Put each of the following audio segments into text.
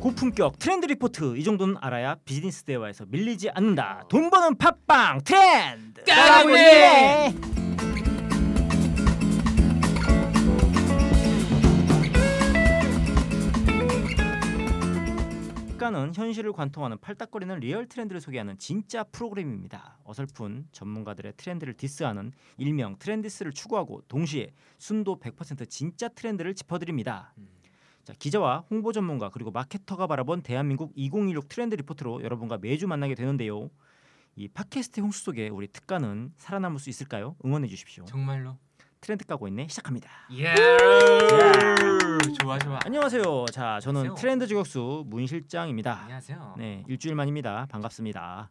고품격 트렌드 리포트 이 정도는 알아야 비즈니스 대화에서 밀리지 않는다. 돈 버는 팟빵 트렌드. 따라오네. 시간은 현실을 관통하는 팔딱거리는 리얼 트렌드를 소개하는 진짜 프로그램입니다. 어설픈 전문가들의 트렌드를 디스하는 일명 트렌디스를 추구하고 동시에 순도 100% 진짜 트렌드를 짚어드립니다. 자, 기자와 홍보 전문가 그리고 마케터가 바라본 대한민국 2016 트렌드 리포트로 여러분과 매주 만나게 되는데요. 이 팟캐스트 홍수 속에 우리 특가는 살아남을 수 있을까요? 응원해 주십시오. 정말로. 트렌드 까고 있네 시작합니다. 예. 좋아 좋아. 안녕하세요. 자, 저는 안녕하세요. 트렌드 저격수 문 실장입니다. 안녕하세요. 네, 일주일만입니다. 반갑습니다.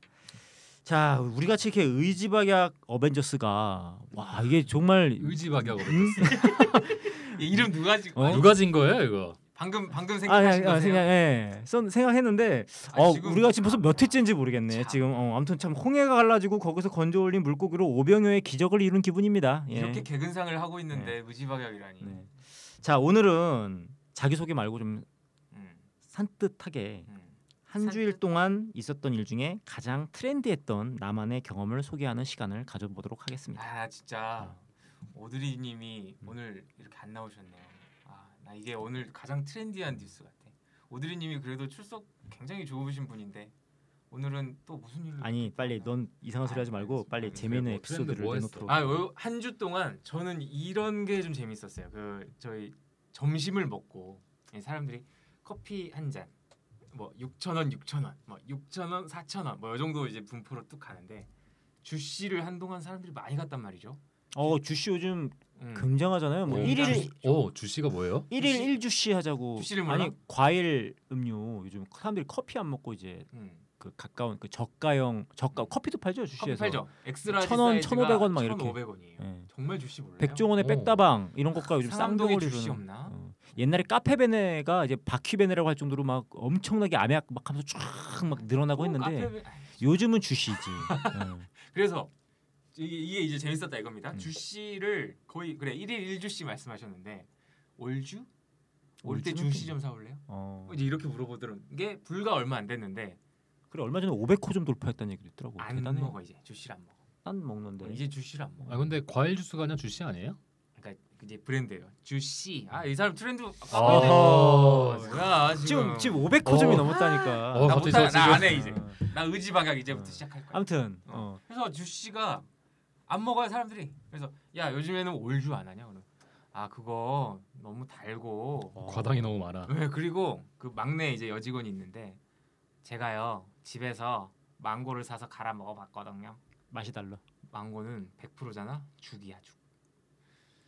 자, 우리 같이 이렇게 의지박약 어벤져스가 와 이게 정말 의지박약 어벤져스. 음? 이 이름 누가 지금 어? 누가 진 거예요 이거? 방금 아, 방금 아, 생각하신 아, 거세요? 생각, 예, 선- 생각했는데 아, 어, 지금- 우리가 지금 벌써 몇 회째인지 모르겠네. 참. 지금 어, 아무튼 참 홍해가 갈라지고 거기서 건져올린 물고기로 오병여의 기적을 이룬 기분입니다. 예. 이렇게 개근상을 하고 있는데 무지박약이라니. 네. 자, 오늘은 자기 소개 말고 좀 음, 산뜻하게 음. 한 산뜻? 주일 동안 있었던 일 중에 가장 트렌디했던 나만의 경험을 소개하는 시간을 가져보도록 하겠습니다. 아 진짜 오드리님이 음. 오늘 이렇게 안 나오셨네요. 아나 이게 오늘 가장 트렌디한 뉴스 같아. 오드리님이 그래도 출석 굉장히 좋으신 분인데 오늘은 또 무슨 일로? 아니 빨리 넌 이상한 소리 하지 말말고 빨리 재미있는 뭐 트렌드 에피소드를 뭐 했어? 내놓도록. 아한 주 동안 저는 이런 게 좀 재밌었어요. 그 저희 점심을 먹고 이 사람들이 커피 한 잔, 뭐 6천 원, 6천 원, 뭐 6천 원, 4천 원, 뭐이 정도 이제 분포로 뚝 가는데 주씨를 한동안 사람들이 많이 갔단 말이죠. 어 주씨 요즘 음. 굉장하잖아요. 뭐 오, 일일 오 어, 주씨가 뭐예요? 주시? 1일 1주씨 하자고 주시를 몰라? 아니 과일 음료 요즘 사람들이 커피 안 먹고 이제 음. 그 가까운 그 저가형 저가 커피도 팔죠 주시에서 커피 팔죠. 엑스라지 천 원, 사이즈가 1500원 막 이렇게. 1,500원이에요. 예. 정말 주씨 몰라요? 백종원의 오. 백다방 이런 것과 요즘 상암동에 쌍둥이를 주씨 주는 없나? 어. 옛날에 카페베네가 이제 바퀴베네라고 할 정도로 막 엄청나게 암약 막 하면서 쫙막 늘어나고 어, 했는데 카페... 요즘은 주시지. 예. 그래서 이게, 이게 이제 재밌었다 이겁니다. 음. 주씨를 거의 그래 1일 1주씨 말씀하셨는데 올주? 올 때 올주는 주씨 또- 좀 사올래요? 어. 이제 이렇게 물어보더니 게 불과 얼마 안 됐는데 그래 얼마 전에 500호 좀 돌파했다는 얘기도 있더라고. 안뭐 대단해. 먹어 이제 주씨를 안 먹어. 난 먹는데. 이제 주씨를 안 먹어. 아 근데 과일 주스가 아니라 주씨 아니에요? 그러니까 이제 브랜드예요. 주씨. 아 이 사람 트렌드 뭐야 어허. 지금 아, 지금 지금 500호 점이 어. 넘었다니까. 어, 나 갑자기 못하 저 지금- 나안해 이제 어. 나 의지박약 이제부터 어. 시작할 거야. 아무튼 어. 어. 그래서 주씨가 안 먹어요 사람들이. 그래서 야 요즘에는 올주 안 하냐 그럼. 아 그거 너무 달고 과당이 너무 많아. 네, 그리고 그 막내 이제 여직원이 있는데 제가요 집에서 망고를 사서 갈아 먹어봤거든요. 맛이 달라. 망고는 100%잖아 죽이야 죽.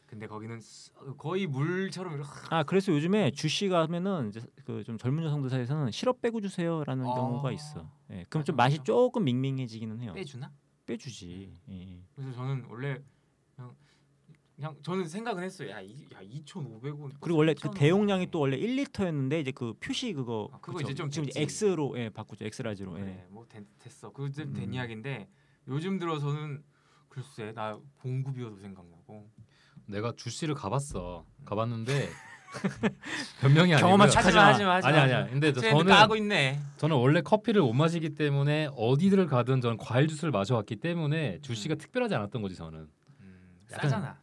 근데 거기는 쓰- 거의 물처럼 이렇게 확- 아 그래서 요즘에 주씨가 하면은 이제 그 좀 젊은 여성들 사이에서는 시럽 빼고 주세요라는 아. 경우가 있어. 예, 그럼 좀 맞아, 맛이 맞아. 조금 밍밍해지기는 해요. 빼주나? 음. 빼주지. 예. 그래서 저는 원래 그냥 그냥 저는 생각은 했어요. 야, 이, 야 2,500원. 그리고 원래 그 대용량이 또 원래 1리터였는데 이제 그 표시 그거 아, 그거 그쵸? 이제 좀 지금 이제 됐지. X로 예 바꾸죠 X라지로 예. 네, 뭐 된, 됐어. 그된 음. 된 이야기인데 요즘 들어서는 글쎄 나 봉구비어도 생각나고 내가 주씨를 가봤어. 가봤는데 변명이 아니고요. 경험한 척- 하지마. 하지마 하지마 하지마 아니 아니야. 근데 저, 트렌드 저는 까고 있네. 저는 원래 커피를 못 마시기 때문에 어디를 가든 저는 과일 주스를 마셔왔기 때문에 주씨가 특별하지 않았던 거지 저는. 음, 약간- 싸잖아.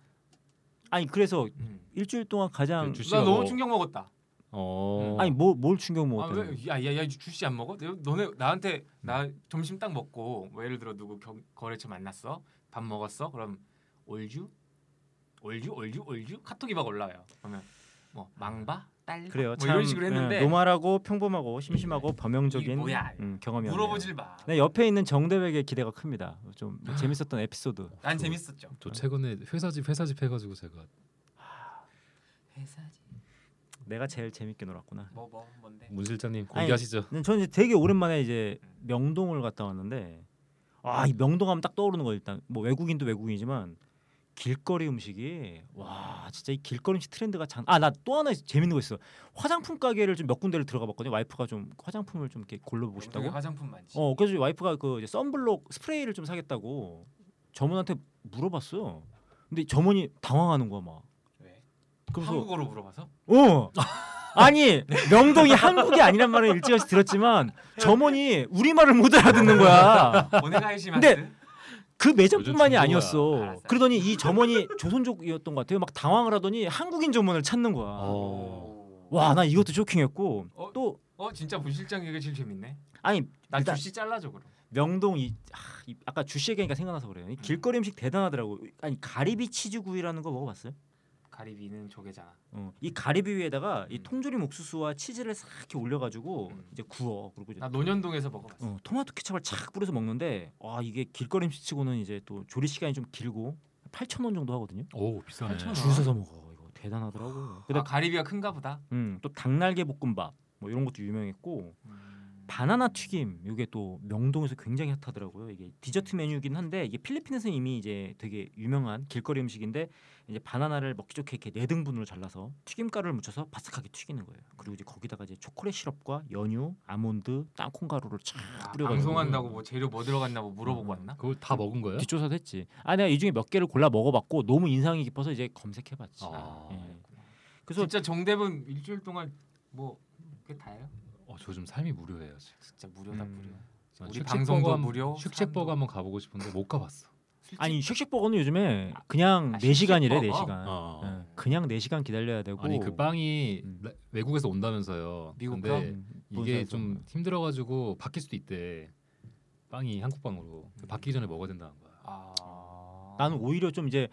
아니 그래서 음. 일주일 동안 가장 그 주씨가 나 너무 뭐- 충격 먹었다. 어. 아니 뭐, 뭘 충격 먹었대? 아왜야야야 주씨 안 먹어? 너- 너네 나한테 나 음. 점심 딱 먹고 뭐 예를 들어 누구 겨, 거래처 만났어? 밥 먹었어? 그럼 올주? 올주 올주 올주 카톡이 막 올라와요. 그러면 뭐 망바? 딸? 그래요. 뭐 이런 식으로 했는데 네. 예, 노말하고 평범하고 심심하고 이게 범용적인 뭐야. 음, 경험이었네요. 물어보질 마. 네, 옆에 있는 정대백의 기대가 큽니다. 좀 재밌었던 에피소드. 난 저- 재밌었죠. 저 최근에 회사집 회사집 해가지고 제가 회사지. 내가 제일 재밌게 놀았구나. 뭐 뭐 뭔데? 문 실장님 아니, 공개하시죠. 근데 저는 이제 되게 오랜만에 이제 명동을 갔다 왔는데 아 이 명동하면 딱 떠오르는 거 일단 뭐 외국인도 외국인이지만 길거리 음식이 와 진짜 이 길거리 음식 트렌드가 장 아 나 또 하나 재밌는 거 있어 화장품 가게를 좀 몇 군데를 들어가 봤거든요 와이프가 좀 화장품을 좀 이렇게 골라보고 싶다고 영등의 화장품 많지. 어 그래서 와이프가 그 이제 썬블록 스프레이를 좀 사겠다고 점원한테 물어봤어요 근데 점원이 당황하는 거야 막 왜? 그래서 한국어로 물어봐서? 어 아니 명동이 한국이 아니란 말은 일찌감치 들었지만 점원이 우리 말을 못 알아듣는 거야. 오네가이시마스. 근데 그 매점뿐만이 요즘 중고야. 아니었어. 알았어. 그러더니 이 점원이 조선족이었던 것 같아요. 막 당황을 하더니 한국인 점원을 찾는 거야. 어. 와 나 이것도 쇼킹했고 어? 또 어 진짜 문실장 얘기 제일 재밌네. 아니 나 일단- 주씨 잘라줘 그럼. 명동 이, 아, 이- 아까 주씨 얘기하니까 생각나서 그래요. 이 길거리 음식 대단하더라고. 아니 가리비 치즈구이라는 거 먹어봤어요? 가리비는 조개잖아. 어, 이 가리비 위에다가 이 음. 통조림 옥수수와 치즈를 싹 이렇게 올려가지고 음. 이제 구워. 그리고 이제 나 논현동에서 먹어봤어. 아, 어, 토마토 케첩을 착 뿌려서 먹는데 와 이게 길거리 음식치고는 이제 또 조리 시간이 좀 길고 8,000원 정도 하거든요. 오 비싸네. 아, 줄 8,000원. 서서 먹어. 이거 대단하더라고. 근데 아 가리비가 큰가 보다. 음, 또 닭날개 볶음밥 뭐 이런 것도 유명했고 음. 바나나 튀김 이게 또 명동에서 굉장히 핫하더라고요. 이게 디저트 메뉴긴 한데 이게 필리핀에서 이미 이제 되게 유명한 길거리 음식인데 이제 바나나를 먹기 좋게 이렇게 네 등분으로 잘라서 튀김가루를 묻혀서 바삭하게 튀기는 거예요. 그리고 이제 거기다가 이제 초콜릿 시럽과 연유, 아몬드, 땅콩 가루를 착 아, 뿌려가지고 방송한다고 뭐 재료 뭐 들어갔나고 물어보고 음. 왔나? 그걸 다 먹은 거예요? 뒷조사도 했지. 아 내가 이 중에 몇 개를 골라 먹어봤고 너무 인상이 깊어서 이제 검색해봤지. 아. 예. 그래서 그래서 네. 진짜 정대분 일주일 동안 뭐 그게 다예요? 어, 저 요즘 삶이 무료해요. 지금. 진짜 무료다 음. 무료. 저 우리 쉑쉑버거 방송도 한번- 무료, 쉑쉑버거 사람도- 한번 가보고 싶은데 못 가봤어. 아니 쉑쉑버거는 요즘에 그냥 아, 4시간이래 쉑쉑버거? 4시간. 어. 예, 그냥 4시간 기다려야 되고 아니 그 빵이 음. 라- 외국에서 온다면서요. 미국 근데 음, 이게 본사에서. 좀 힘들어가지고 바뀔 수도 있대. 빵이 한국 빵으로 음. 바뀌기 전에 먹어야 된다는 거야. 아. 나는 오히려 좀 이제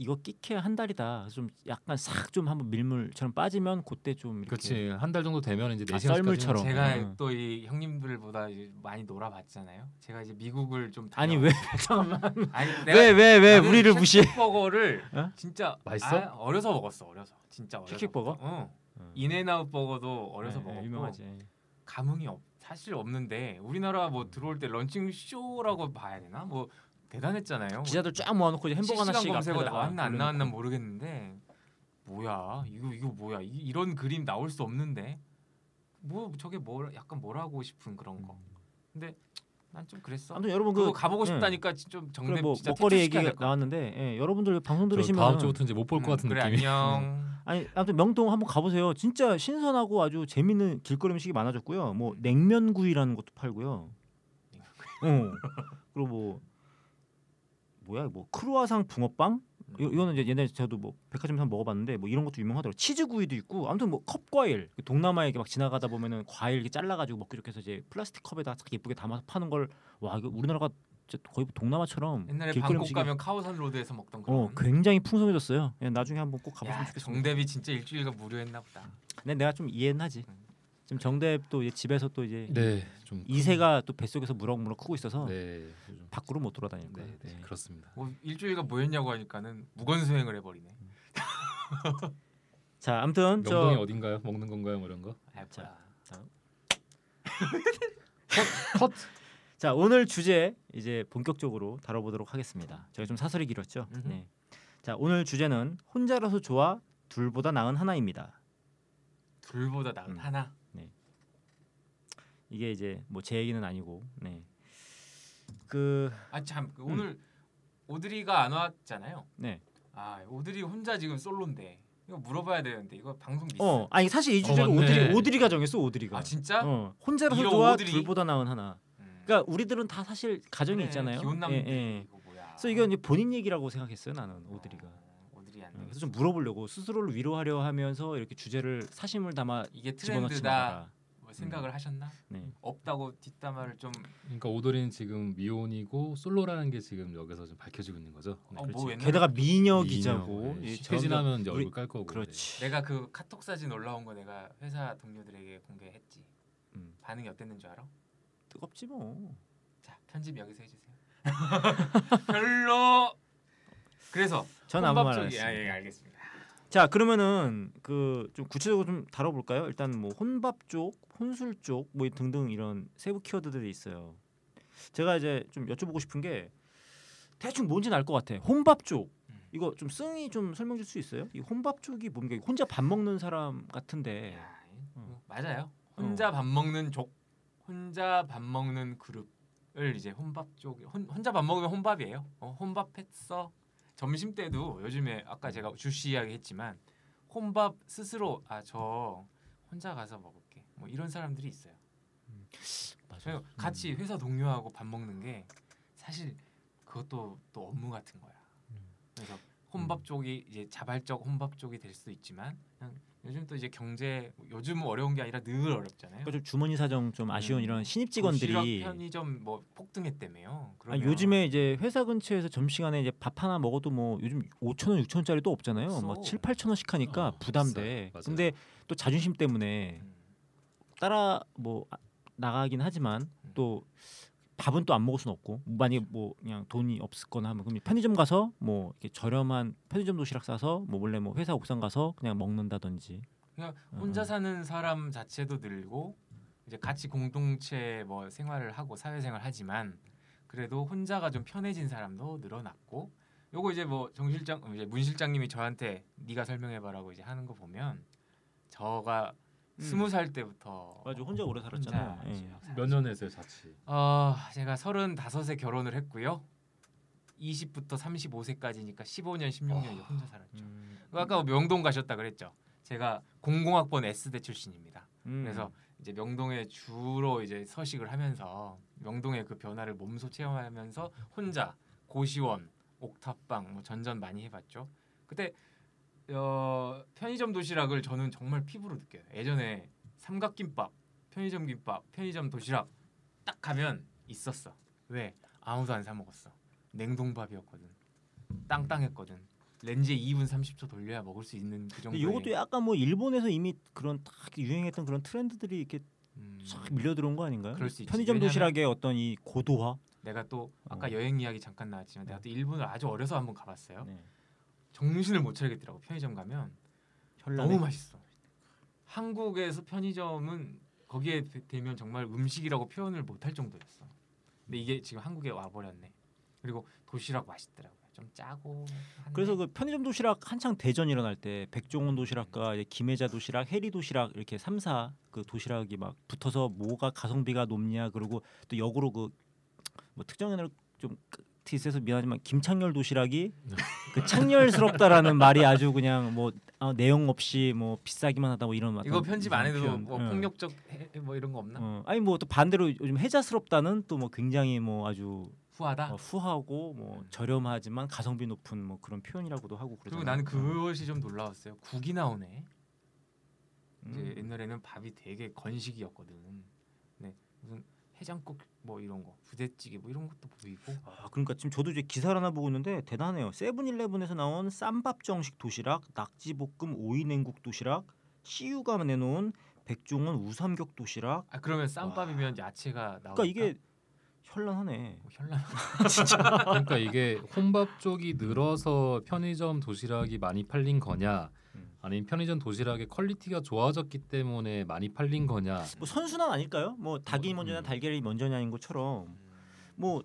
이거 끼케 한 달이다. 그래서 좀 약간 싹 좀 한번 밀물처럼 빠지면 그때 좀 이렇게 그렇지 한 달 정도 되면 이제 아, 네 시간 썰물처럼. 제가 음. 또 이 형님들보다 이제 많이 놀아봤잖아요. 제가 이제 미국을 좀 아니 다녀- 왜 잠깐만 아니 내가 왜 왜 왜 나는 우리를 쉑쉑 무시해? 버거를 어? 진짜 맛있어? 아, 어려서 먹었어. 어려서 진짜 어려서. 쉑쉑 버거? 먹었어. 응. 인앤아웃 버거도 어려서 예, 먹었고 유명하지. 감흥이 없, 사실 없는데 우리나라 음. 뭐 들어올 때 런칭 쇼라고 봐야 되나 뭐 대단했잖아요. 뭐 기자들 쫙 모아놓고 이제 햄버거 실시간 하나씩 앞에다가 검색어 그러니까. 나왔나 안 나왔나 올려놓고. 모르겠는데 뭐야 이거 이거 뭐야 이, 이런 그림 나올 수 없는데 뭐 저게 뭐 약간 뭐라고 싶은 그런 거. 근데 난 좀 그랬어. 음. 아무튼 여러분 그 그거 가보고 예. 싶다니까 좀 정대 그래 뭐 진짜 먹거리 퇴출시켜야 얘기가 될 거야. 나왔는데 예, 여러분들 방송 저 들으시면 다음 주부터 이제 못 볼 것 음, 같은 그래, 느낌이. 안녕. 아니 아무튼 명동 한번 가보세요. 진짜 신선하고 아주 재밌는 길거리 음식이 많아졌고요. 뭐 냉면 구이라는 것도 팔고요. 어. 그리고 뭐 뭐야 뭐 크루아상 붕어빵? 이, 이거는 이제 옛날에 저도 뭐 백화점에서 먹어봤는데 뭐 이런 것도 유명하더라고. 치즈 구이도 있고 아무튼 뭐 컵과일 동남아에 이렇게 막 지나가다 보면은 과일 이렇게 잘라가지고 먹기 좋게 해서 이제 플라스틱 컵에다 딱 예쁘게 담아서 파는 걸 와 이거 우리나라가 진짜 거의 동남아처럼 옛날에 길거리 방콕 음식이- 가면 카오산 로드에서 먹던 그런. 어 굉장히 풍성해졌어요. 그냥 나중에 한번 꼭 가보시면 야, 좋겠습니다. 정대비 진짜 일주일간 무료했나 보다. 근데 내가 좀 이해는 하지. 음. 지금 정대엽 또 이제 집에서 또 이제 네좀 이세가 또 뱃속에서 무럭무럭 크고 있어서 네. 요즘- 밖으로 못 돌아다니는 거예요. 네, 네 그렇습니다. 뭐 일주일간 뭐했냐고 하니까는 무건수행을 해버리네. 음, 자, 아무튼 명동이 저 어딘가요? 먹는 건가요? 뭐 이런 거? 아, 자. 뭐야. 컷. 자, 오늘 주제 이제 본격적으로 다뤄보도록 하겠습니다. 저희가 좀 사설이 길었죠. 음흠. 네. 자, 오늘 주제는 혼자라서 좋아 둘보다 나은 하나입니다. 둘보다 나은 음. 하나. 이게 이제 뭐 제 얘기는 아니고, 네. 그 아참 오늘 오드리가 안 왔잖아요. 네. 아 오드리 혼자 지금 솔로인데 이거 물어봐야 되는데 이거 방송 미스. 어, 아니 사실 이 어, 주제를 맞네. 오드리 오드리가 정했어, 오드리가. 아 진짜? 어, 혼자라서 이런 좋아 오드리? 둘보다 나은 하나. 음. 그러니까 우리들은 다 사실 가정이 그래, 있잖아요. 기혼 남들 예, 예. 이거 뭐야. 그래서 이건 이제 본인 얘기라고 생각했어요 나는 오드리가 어, 오드리 안 어, 돼. 그래서 좀 물어보려고 스스로를 위로하려 하면서 이렇게 주제를 사심을 담아 이게 집어넣지 트렌드다 말아라 뭐 생각을 하셨나? 네. 없다고 뒷담화를 좀 그러니까 오돌이는 지금 미혼이고 솔로라는 게 지금 여기서 좀 밝혀지고 있는 거죠. 어, 뭐 옛날에 게다가 미녀기자고 네, 이 뭐. 10회 전혀- 지나면 이제 우리- 얼굴 깔 거고. 그렇지 내가 그 카톡 사진 올라온 거 내가 회사 동료들에게 공개했지. 음. 반응이 어땠는 줄 알아? 뜨겁지 뭐 자 편집 여기서 해주세요. 별로. 그래서 전 아무 말 안 혼밥적이- 아, 했어요 예, 알겠습니다. 자 그러면은 그 좀 구체적으로 좀 다뤄볼까요 일단 뭐 혼밥 쪽 혼술 쪽 뭐 등등 이런 세부 키워드들이 있어요 제가 이제 좀 여쭤보고 싶은 게 대충 뭔지는 알 것 같아 혼밥 쪽 음. 이거 좀 승이 좀 설명 줄 수 있어요? 이 혼밥 쪽이 뭡니까? 이거 혼자 밥 먹는 사람 같은데 야, 음. 뭐 맞아요. 혼자 밥 먹는 족, 혼자 밥 먹는 그룹을 이제 혼밥 쪽, 혼, 혼자 밥 먹으면 혼밥이에요. 어, 혼밥했어. 점심 때도 요즘에 아까 제가 주씨 이야기했지만 혼밥 스스로 아 저 혼자 가서 먹을게. 뭐 이런 사람들이 있어요. 네, 맞아요. 저희 같이 회사 동료하고 밥 먹는 게 사실 그것도 또 업무 같은 거야. 음. 그래서 혼밥 쪽이 이제 자발적 혼밥 쪽이 될 수도 있지만 그냥 요즘 또 이제 경제 요즘 어려운 게 아니라 늘 어렵잖아요. 그러니까 좀 주머니 사정 좀 아쉬운 음. 이런 신입 도시락 직원들이 편의점 뭐 폭등했다며요. 아, 그러면 요즘에 이제 회사 근처에서 점심시간에 이제 밥 하나 먹어도 뭐 요즘 5천 원, 6천 원짜리도 없잖아요. 없어. 막 7, 8천 원씩 하니까 어, 부담돼. 비싸요. 맞아요. 근데 또 자존심 때문에 음, 따라 뭐 아- 나가긴 하지만 또 밥은 또 안 먹을 수는 없고 만약에 뭐 그냥 돈이 없거나 하면 그럼 편의점 가서 뭐 이렇게 저렴한 편의점 도시락 싸서 뭐 원래 뭐 회사 옥상 가서 그냥 먹는다든지 그냥 음. 혼자 사는 사람 자체도 늘고 이제 같이 공동체 뭐 생활을 하고 사회생활 하지만 그래도 혼자가 좀 편해진 사람도 늘어났고 요거 이제 뭐 정 실장 어, 이제 문 실장님이 저한테 네가 설명해봐라고 이제 하는 거 보면 저가 스무 살 때부터 음. 맞아 혼자 오래 살았잖아. 혼자 예. 지역 몇 년 했어요 자취? 어, 제가 35에 결혼을 했고요. 20부터 35세까지니까 15년, 16년 이제 혼자 살았죠. 음. 아까 뭐 명동 가셨다 그랬죠. 제가 00학번 S대 출신입니다. 음. 그래서 이제 명동에 주로 이제 서식을 하면서 명동의 그 변화를 몸소 체험하면서 혼자 고시원, 옥탑방, 뭐 전전 많이 해봤죠. 그때 어, 편의점 도시락을 저는 정말 피부로 느껴요. 예전에 삼각김밥, 편의점 김밥, 편의점 도시락 딱 가면 있었어. 왜 아무도 안 사 먹었어. 냉동밥이었거든. 땅땅했거든. 렌즈에 2분 30초 돌려야 먹을 수 있는 그 근데 정도의. 요것도 약간 뭐 일본에서 이미 그런 딱 유행했던 그런 트렌드들이 이렇게 음, 싹 밀려 들어온 거 아닌가요? 그럴 수 있지. 편의점 왜냐면- 도시락의 어떤 이 고도화. 내가 또 아까 어. 여행 이야기 잠깐 나왔지만 내가 또 일본을 아주 어려서 한번 가봤어요. 네. 정신을 못 차리겠더라고 편의점 가면 현란해. 너무 맛있어. 한국에서 편의점은 거기에 대- 대면 정말 음식이라고 표현을 못 할 정도였어. 근데 이게 지금 한국에 와버렸네. 그리고 도시락 맛있더라고요. 좀 짜고. 한데 그래서 그 편의점 도시락 한창 대전 일어날 때 백종원 도시락과 이제 김혜자 도시락, 해리 도시락 이렇게 삼사그 도시락이 막 붙어서 뭐가 가성비가 높냐 그리고 또 역으로 그 뭐 특정인을 좀 티스에서 미안하지만 김창렬 도시락이 네. 그 창렬스럽다라는 말이 아주 그냥 뭐 아, 내용 없이 뭐 비싸기만 하다 뭐 이런 막 이거 편집 안 해도 표현. 네. 뭐 응. 폭력적 해, 뭐 이런 거 없나? 어, 아니 뭐 또 반대로 요즘 해자스럽다는 또 뭐 굉장히 뭐 아주 후하다. 어, 후하고 뭐 저렴하지만 가성비 높은 뭐 그런 표현이라고도 하고 음. 그리고 그러잖아요. 나는 어. 그것이 좀 놀라웠어요. 국이 나오네. 이제 음. 옛날에는 밥이 되게 건식이었거든. 네 무슨 해장국 뭐 이런 거, 부대찌개 뭐 이런 것도 보이고. 아, 그러니까 지금 저도 이제 기사를 하나 보고 있는데 대단해요. 세븐일레븐에서 나온 쌈밥 정식 도시락, 낙지볶음 오이 냉국 도시락, 씨유가 내놓은 백종원 우삼겹 도시락. 아 그러면 쌈밥이면 야채가 나오니까 그러니까 이게 현란하네. 뭐 현란. 그러니까 이게 혼밥 쪽이 늘어서 편의점 도시락이 많이 팔린 거냐 음. 아니면 편의점 도시락의 퀄리티가 좋아졌기 때문에 많이 팔린 거냐 음. 뭐 선순환 아닐까요? 뭐 닭이 먼저냐 음. 달걀이 먼저냐인 것처럼 음, 뭐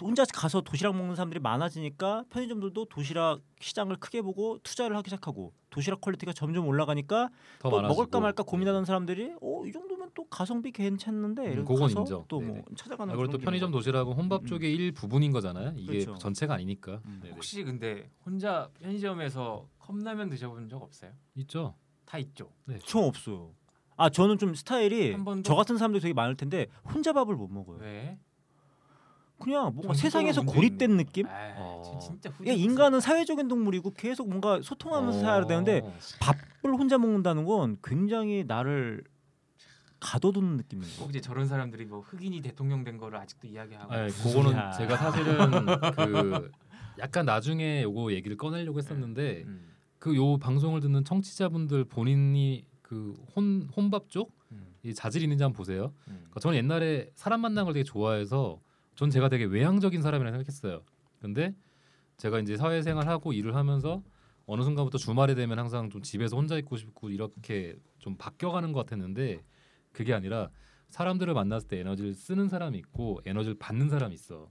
혼자 가서 도시락 먹는 사람들이 많아지니까 편의점들도 도시락 시장을 크게 보고 투자를 하기 시작하고 도시락 퀄리티가 점점 올라가니까 또더 많아지고 뭐 네. 먹을까 말까 고민하던 사람들이 어이 정도면 또 가성비 괜찮는데 음, 이러고 그건 가서 인정. 또뭐 네네. 찾아가는 아, 그리고 또 그런 게 편의점 있는 도시락은 혼밥 음, 쪽의 일 부분인 거잖아요. 이게 그렇죠. 전체가 아니니까. 음. 네네. 혹시 근데 혼자 편의점에서 컵라면 드셔본 적 없어요? 있죠. 다 있죠. 거죠. 전 없어요. 아 저는 좀 스타일이 한번도- 저 같은 사람들이 되게 많을 텐데 혼자 밥을 못 먹어요. 네. 왜? 그냥 뭔가 정서가 세상에서 문제 고립된 있는 느낌? 거야. 아, 어. 진- 진짜 후. 야, 예, 인간은 사회적인 동물이고 계속 뭔가 소통하면서 살아야 되는데 어. 밥을 혼자 먹는다는 건 굉장히 나를 가둬두는 느낌이에요. 꼭 이제 저런 사람들이 뭐 흑인이 대통령 된 거를 아직도 이야기하고. 네, 무슨 그거는 소리야. 제가 사실은 그 약간 나중에 요거 얘기를 꺼내려고 네. 했었는데 음, 그 요 방송을 듣는 청취자분들 본인이 그 혼 혼밥 쪽 이 음, 자질 있는지 한번 보세요. 음. 그러니까 저는 옛날에 사람 만나는 걸 되게 좋아해서 전 제가 되게 외향적인 사람이라 생각했어요. 근데 제가 이제 사회생활하고 일을 하면서 어느 순간부터 주말이 되면 항상 좀 집에서 혼자 있고 싶고 이렇게 좀 바뀌어가는 것 같았는데 그게 아니라 사람들을 만났을 때 에너지를 쓰는 사람이 있고 에너지를 받는 사람이 있어.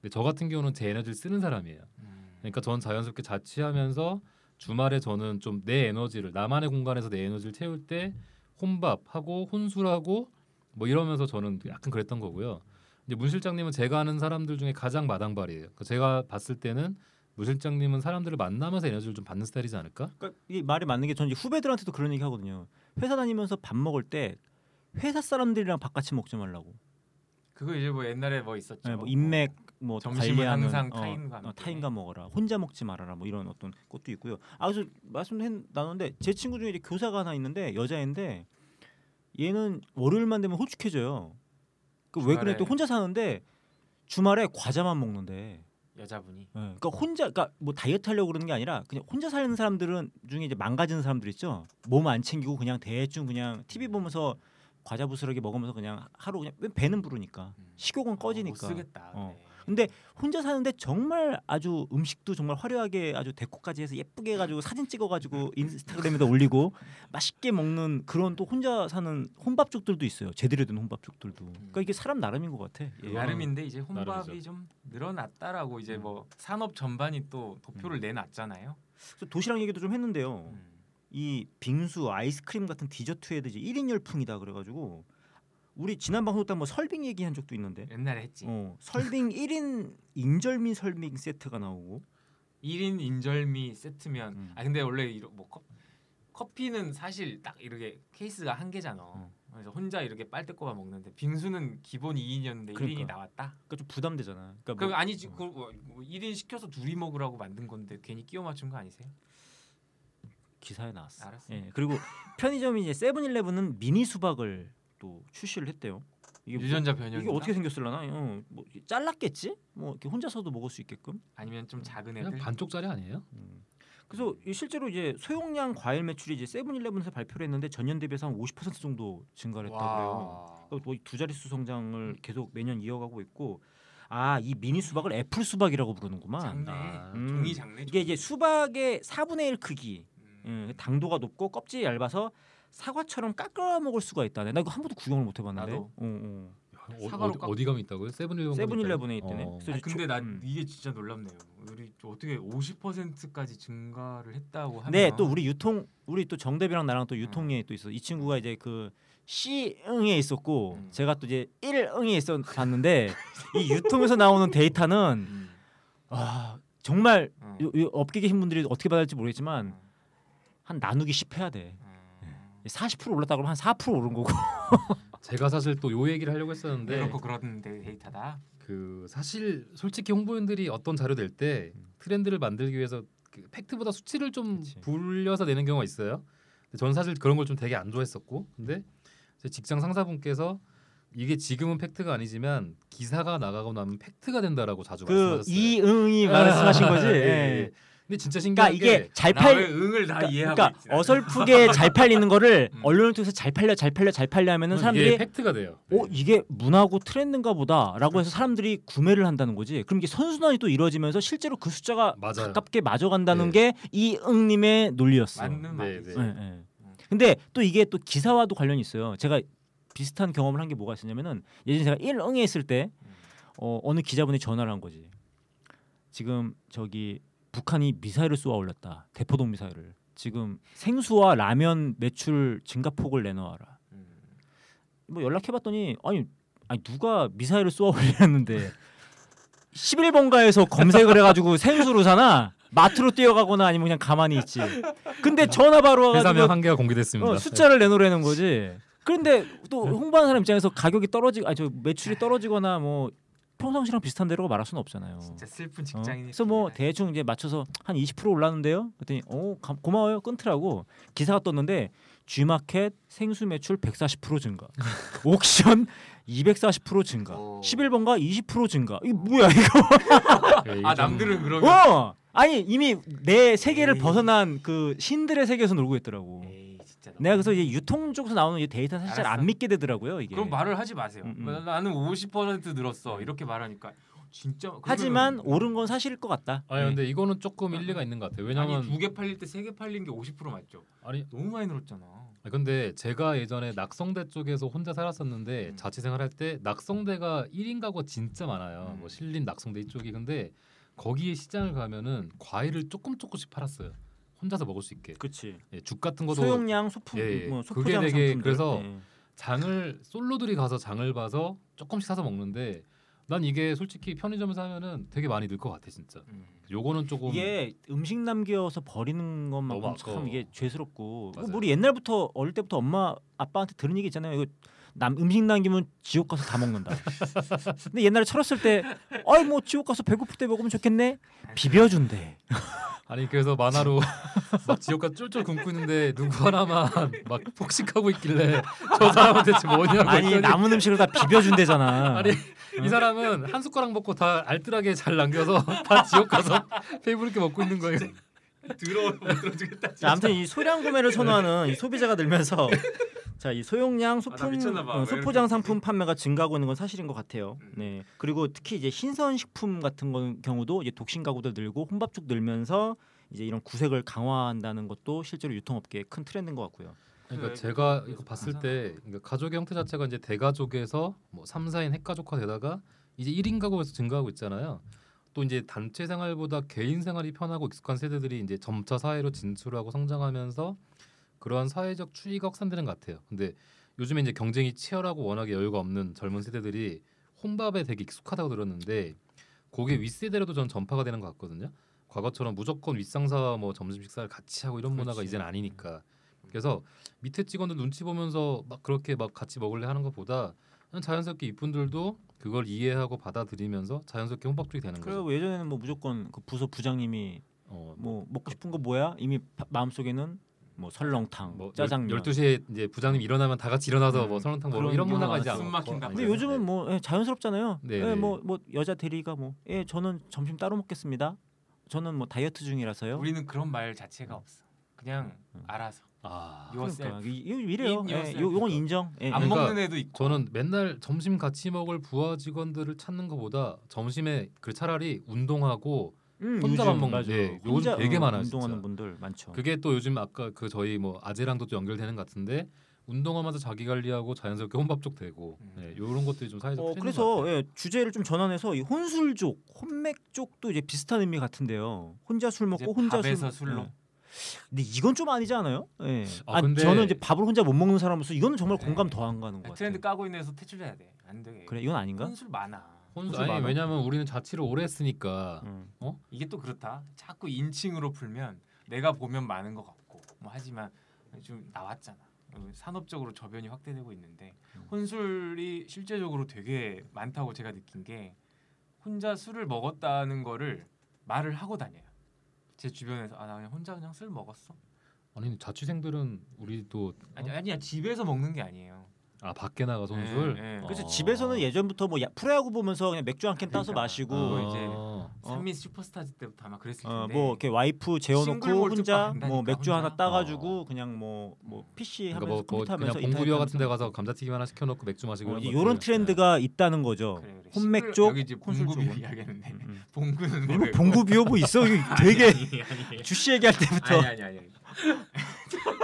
근데 저 같은 경우는 제 에너지를 쓰는 사람이에요. 음. 네. 그러니까 전 자연스럽게 자취하면서 주말에 저는 좀 내 에너지를 나만의 공간에서 내 에너지를 채울 때 혼밥하고 혼술하고 뭐 이러면서 저는 약간 그랬던 거고요. 이제 문 실장님은 제가 아는 사람들 중에 가장 마당발이에요. 그 제가 그러니까 봤을 때는 무실장님은 사람들을 만나면서 에너지를 좀 받는 스타일이지 않을까? 그러니까 이게 말이 맞는 게 저는 이제 후배들한테도 그런 얘기 하거든요. 회사 다니면서 밥 먹을 때 회사 사람들이랑 밥 같이 먹지 말라고. 그거 이제 뭐 옛날에 뭐 있었죠. 네, 뭐 인맥 뭐 점심은 관리하는, 항상 어, 타인과 어, 함께. 타인과 먹어라. 혼자 먹지 말아라. 뭐 이런 어떤 것도 있고요. 아 그래서 말씀 나눴는데 제 친구 중에 이제 교사가 하나 있는데 여자인데 얘는 월요일만 되면 호축해져요. 그 왜 그래? 주말에. 또 혼자 사는데 주말에 과자만 먹는데. 여자분이 그러니까 혼자 그러니까 뭐 다이어트 하려고 그러는 게 아니라 그냥 혼자 사는 사람들은 중에 이제 망가지는 사람들 있죠. 몸 안 챙기고 그냥 대충 그냥 TV 보면서 과자 부스러기 먹으면서 그냥 하루 그냥 왜 배는 부르니까 음. 식욕은 꺼지니까. 어, 못 쓰겠다. 어. 네. 근데 혼자 사는데 정말 아주 음식도 정말 화려하게 아주 데코까지 해서 예쁘게 해가지고 사진 찍어가지고 인스타그램에다 올리고 맛있게 먹는 그런 또 혼자 사는 혼밥족들도 있어요. 제대로 된 혼밥족들도. 그러니까 이게 사람 나름인 것 같아. 예. 그거는 나름인데 이제 혼밥이 나름이죠. 좀 늘어났다라고 이제 음. 뭐 산업 전반이 또 도표를 내놨잖아요. 그래서 도시락 얘기도 좀 했는데요. 음. 이 빙수 아이스크림 같은 디저트에도 이제 1인 열풍이다 그래가지고 우리 지난 방송 때 한번 설빙 얘기한 적도 있는데 옛날에 했지. 어, 설빙 1인 인절미 설빙 세트가 나오고 1인 인절미 세트면 음. 아 근데 원래 이러, 뭐 컵, 커피는 사실 딱 이렇게 케이스가 한 개잖아. 음. 그래서 혼자 이렇게 빨대 꼽아 먹는데 빙수는 기본 2인이었는데 그러니까. 1인이 나왔다. 그러니까 좀 부담되잖아. 그러니까 뭐 그럼 아니지 그 1인 시켜서 둘이 먹으라고 만든 건데 괜히 끼워 맞춘 거 아니세요? 기사에 나왔어. 알았어. 예, 그리고 편의점이 이제 세븐일레븐은 미니 수박을 또 출시를 했대요. 이게 뭐- 유전자 변형 이게 어떻게 생겼을라나? 어, 뭐 잘랐겠지? 뭐 이렇게 혼자서도 먹을 수 있게끔. 아니면 좀 작은 그냥 애들 반쪽짜리 아니에요? 음. 그래서 이 실제로 이제 소용량 과일 매출이 이제 세븐일레븐에서 발표를 했는데 전년 대비해서 한 50% 정도 증가를 했다고 그래요. 와. 그러니까 거의 두 자릿수 성장을 계속 매년 이어가고 있고 아 이 미니 수박을 애플 수박이라고 부르는구만. 장내 아. 음. 종이 장내 이게 이제 수박의 4분의 1 크기, 음. 음, 당도가 높고 껍질이 얇아서 사과처럼 깎아 먹을 수가 있다네. 나 이거 한 번도 구경을 못 해봤는데. 나도. 어, 어. 어, 사과로 어디, 깎- 어디 가면 있다고요? 세븐일레븐 가면 세븐일레븐에 있다고요? 있대네. 어. 그래서 아니, 이제 근데 조- 나 음. 이게 진짜 놀랍네요. 우리 저 어떻게 50%까지 증가를 했다고 하면 네, 또 우리 유통 우리 또 정대비랑 나랑 또 유통에 또 있어. 이 친구가 이제 그 C응에 있었고 음. 제가 또 이제 1응에 있었는데 이 유통에서 나오는 데이터는 음. 아, 정말 어. 이- 이 업계 계신 분들이 어떻게 받을지 모르겠지만 음. 한 나누기 10 해야 돼. 음. 40% 올랐다 그러면 한 4% 오른 거고. 제가 사실 또 요 얘기를 하려고 했었는데 내놓고 네, 그러는데 데이터다. 그 사실 솔직히 홍보인들이 어떤 자료 낼 때 트렌드를 만들기 위해서 그 팩트보다 수치를 좀 음. 그치. 불려서 내는 경우가 있어요. 근데 저는 사실 그런 걸 좀 되게 안 좋아했었고, 근데 제 직장 상사분께서 이게 지금은 팩트가 아니지만 기사가 나가고 나면 팩트가 된다라고 자주 그 말씀하셨어요. 이응이 말씀하신 거지. 예, 예. 예. 근데 진짜 그러니까 신기한 이게 게 잘 나 팔. 왜 응을 다 그러니까, 이해하고 그러니까 있지? 어설프게 잘 팔리는 거를 음. 언론을 통해서 잘 팔려 잘 팔려 잘 팔려 하면은 사람들이 음, 이게 팩트가 돼요. 네, 어 이게 문화고 트렌드인가 보다라고 해서 사람들이 구매를 한다는 거지. 그럼 이게 선순환이 또 이루어지면서 실제로 그 숫자가 맞아요. 가깝게 맞아간다는 게 네. 이응님의 논리였어. 맞는 네, 말이지. 네. 예, 예. 근데 또 이게 또 기사와도 관련이 있어요. 제가 비슷한 경험을 한 게 뭐가 있었냐면은 예전에 제가 일응에 있을 때 음. 어, 어느 기자분이 전화를 한 거지. 지금 저기 북한이 미사일을 쏘아 올렸다. 대포동 미사일을. 지금 생수와 라면 매출 증가폭을 내놓아라. 음. 뭐 연락해봤더니 아니 아니 누가 미사일을 쏘아 올렸는데 11번가에서 검색을 해가지고 생수로 사나 마트로 뛰어가거나 아니면 그냥 가만히 있지. 근데 전화 바로 회사명 와가지고 아, 한 개가 공개됐습니다. 네. 어, 숫자를 내놓으라는 거지. 그런데 또 홍보하는 사람 입장에서 가격이 떨어지 아니 저 매출이 떨어지거나 뭐 평상시랑 비슷한 대로 말할 수는 없잖아요. 진짜 슬픈 어, 직장인. 그래서 뭐 대충 이제 맞춰서 한 20% 올랐는데요. 그랬더니 어 감- 고마워요 끊더라고 기사가 떴는데 G마켓 생수 매출 140% 증가, 옥션 240% 증가, 오. 11번가 20% 증가. 이게 뭐야 이거? 예, 이게 아 좀- 남들은 어. 그러면 어 아니 이미 내 세계를 에이. 벗어난 그 신들의 세계에서 놀고 있더라고. 에이 진짜. 너무- 내가 그래서 이제 유통 쪽에서 나오는 이 데이터 사실 잘 알았어. 안 믿게 되더라고요 이게. 그럼 말을 하지 마세요. 음, 음. 나- 나는 50% 늘었어 이렇게 말하니까 진짜. 그러면은- 하지만 오른 건 사실일 것 같다. 아니 네. 근데 이거는 조금 일리가 있는 것 같아요. 왜냐면 아니 두 개 팔릴 때 세 개 팔린 게 50% 맞죠? 아니 너무 많이 늘었잖아. 아, 근데 제가 예전에 낙성대 쪽에서 혼자 살았었는데 음. 자취 생활할 때 낙성대가 1인 가구가 진짜 많아요. 음. 뭐 신림 낙성대 이쪽이 근데 거기에 시장을 가면은 과일을 조금 조금씩 팔았어요. 혼자서 먹을 수 있게. 그치. 예, 죽 같은 것도 소용량 소품 예, 예. 뭐 그게 소포장 되게 상품들. 그래서 예. 장을 솔로들이 가서 장을 봐서 조금씩 사서 먹는데 난 이게 솔직히 편의점에서 하면은 되게 많이 늘 것 같아 진짜. 음. 요거는 조금 이게 음식 남겨서 버리는 너무 것만큼 아까워. 참 이게 죄스럽고 맞아요. 우리 옛날부터 어릴 때부터 엄마 아빠한테 들은 얘기 있잖아요. 이거 남 음식 남기면 지옥 가서 다 먹는다. 근데 옛날에 철었을 때 아이 뭐 지옥 가서 배고플 때 먹으면 좋겠네. 비벼준대. 아니 그래서 만화로 막 지옥가 쫄쫄 굶고 있는데 누구 하나만 막 폭식하고 있길래 저 사람은 대체 뭐냐고 아니 했더니 남은 음식을 다 비벼준대잖아. 그러니까. 아니 이 사람은 한 숟가락 먹고 다 알뜰하게 잘 남겨서 다 지옥 가서 배부르게 먹고 있는 거예요. 들어 못 들어주겠다. 자, 아무튼 이 소량 구매를 선호하는 이 소비자가 늘면서 자, 이 소용량 아, 나 소품 미쳤나 봐. 왜 어, 이렇게 소포장 됐지? 상품 판매가 증가하고 있는 건 사실인 것 같아요. 음. 네. 그리고 특히 이제 신선 식품 같은 건 경우도 이제 독신 가구들 늘고 혼밥쪽 늘면서 이제 이런 구색을 강화한다는 것도 실제로 유통업계의 큰 트렌드인 것 같고요. 네, 그러니까 제가 이거 봤을 때 그러니까 가족의 형태 자체가 이제 대가족에서 뭐 3, 4인 핵가족화 되다가 이제 1인 가구에서 증가하고 있잖아요. 또 이제 단체 생활보다 개인 생활이 편하고 익숙한 세대들이 이제 점차 사회로 진출하고 성장하면서 그러한 사회적 추이가 확산되는 것 같아요. 근데 요즘에 이제 경쟁이 치열하고 워낙에 여유가 없는 젊은 세대들이 혼밥에 되게 익숙하다고 들었는데 그게 윗세대로도 전 전파가 되는 것 같거든요. 과거처럼 무조건 윗상사와 뭐 점심 식사를 같이 하고 이런 문화가 그렇지. 이젠 아니니까. 그래서 밑에 직원들 눈치 보면서 막 그렇게 막 같이 먹을래 하는 것보다 그냥 자연스럽게 이분들도 그걸 이해하고 받아들이면서 자연스럽게 혼밥 쪽이 되는 거죠. 그리고 예전에는 뭐 무조건 그 부서 부장님이 어, 뭐 먹고 싶은 거 뭐야? 이미 바- 마음속에는 뭐 설렁탕, 뭐 짜장면. 12시에 이제 부장님 일어나면 다 같이 일어나서 음, 뭐 설렁탕 먹으러 그런 이런 문화가 문화가 이제 숨 안- 막힌다. 근데 아니잖아요. 요즘은 뭐 예, 자연스럽다잖아요. 네, 예, 네. 뭐, 뭐 여자 대리가 뭐 예, 저는 점심 따로 먹겠습니다. 저는 뭐 다이어트 중이라서요. 우리는 그런 말 자체가 없어. 그냥 음. 알아서. 아. 그러니까 yourself. 이- 이거 이래요. In 예, yourself. 요, 요건 인정. 예, 안 예. 그러니까 먹는 애도 있고. 저는 맨날 점심 같이 먹을 부하 직원들을 찾는 것보다 점심에 그 차라리 운동하고 음, 혼자 요즘, 밥 먹는 맞아. 게 요즘 혼자, 되게 어, 많아요, 운동하는 진짜. 분들 많죠. 그게 또 요즘 아까 그 저희 뭐 아재랑도 또 연결되는 것 같은데 운동하면서 자기 관리하고 자연스럽게 혼밥 쪽 되고 음. 네, 이런 것들이 좀 사회적 어, 트렌드인 것 그래서 같아요. 예, 주제를 좀 전환해서 이 혼술 족, 혼맥 쪽도 이제 비슷한 의미 같은데요. 혼자 술 이제 먹고 혼자 밥에서 술 술로. 예. 근데 이건 좀 아니지 않아요? 예. 아, 아, 근데- 저는 이제 밥을 혼자 못 먹는 사람으로서 이거는 정말 네. 공감 더 안 가는 것 같아요. 트렌드 까고 있는 애에서 퇴출해야 돼. 안 돼. 그래, 이건 아닌가? 혼술 많아. 혼수, 혼수 아니 많아. 왜냐면 우리는 자취를 오래 했으니까 음. 이게 또 그렇다. 자꾸 인칭으로 풀면 내가 보면 많은 것 같고 뭐 하지만 좀 나왔잖아. 어, 산업적으로 저변이 확대되고 있는데 음. 혼술이 실제적으로 되게 많다고 제가 느낀 게 혼자 술을 먹었다는 거를 말을 하고 다녀요. 제 주변에서 아 나 그냥 혼자 그냥 술 먹었어. 아니 자취생들은 우리도 어? 아니 아니야 집에서 먹는 게 아니에요. 아 밖에 나가서 혼술 예, 예. 어. 그래서 예전부터 예전부터 뭐 야- 프로야구 보면서 그냥 맥주 한 캔 따서 그러니까. 마시고 아. 어. 어, 이제 어. 산미 슈퍼스타즈 때부터 아마 그랬을 텐데. 뭐 이렇게 와이프 싱글 재워놓고 몰드 바 혼자 간다니까, 뭐 맥주 혼자. 하나 따가지고 그냥 뭐뭐 PC 어. 그러니까 하면서 뭐, 뭐 컴퓨터 그냥 하면서 봉구비어 인터넷 같은 데 하면서. 가서 감자튀김 하나 시켜놓고 맥주 마시고 네. 어, 이런 이제 것들. 요런 트렌드가 있다는 거죠. 그래, 그래. 혼맥 시끌- 뭐 쪽, 여기 이제 혼술 봉구비 쪽은. 이야기하는데 음, 음. 봉구는 이거 뭐예요? 봉구 비오고 있어. 이거 되게 아니, 아니, 아니. 주씨 얘기할 때부터. 아니 아니 아니 예.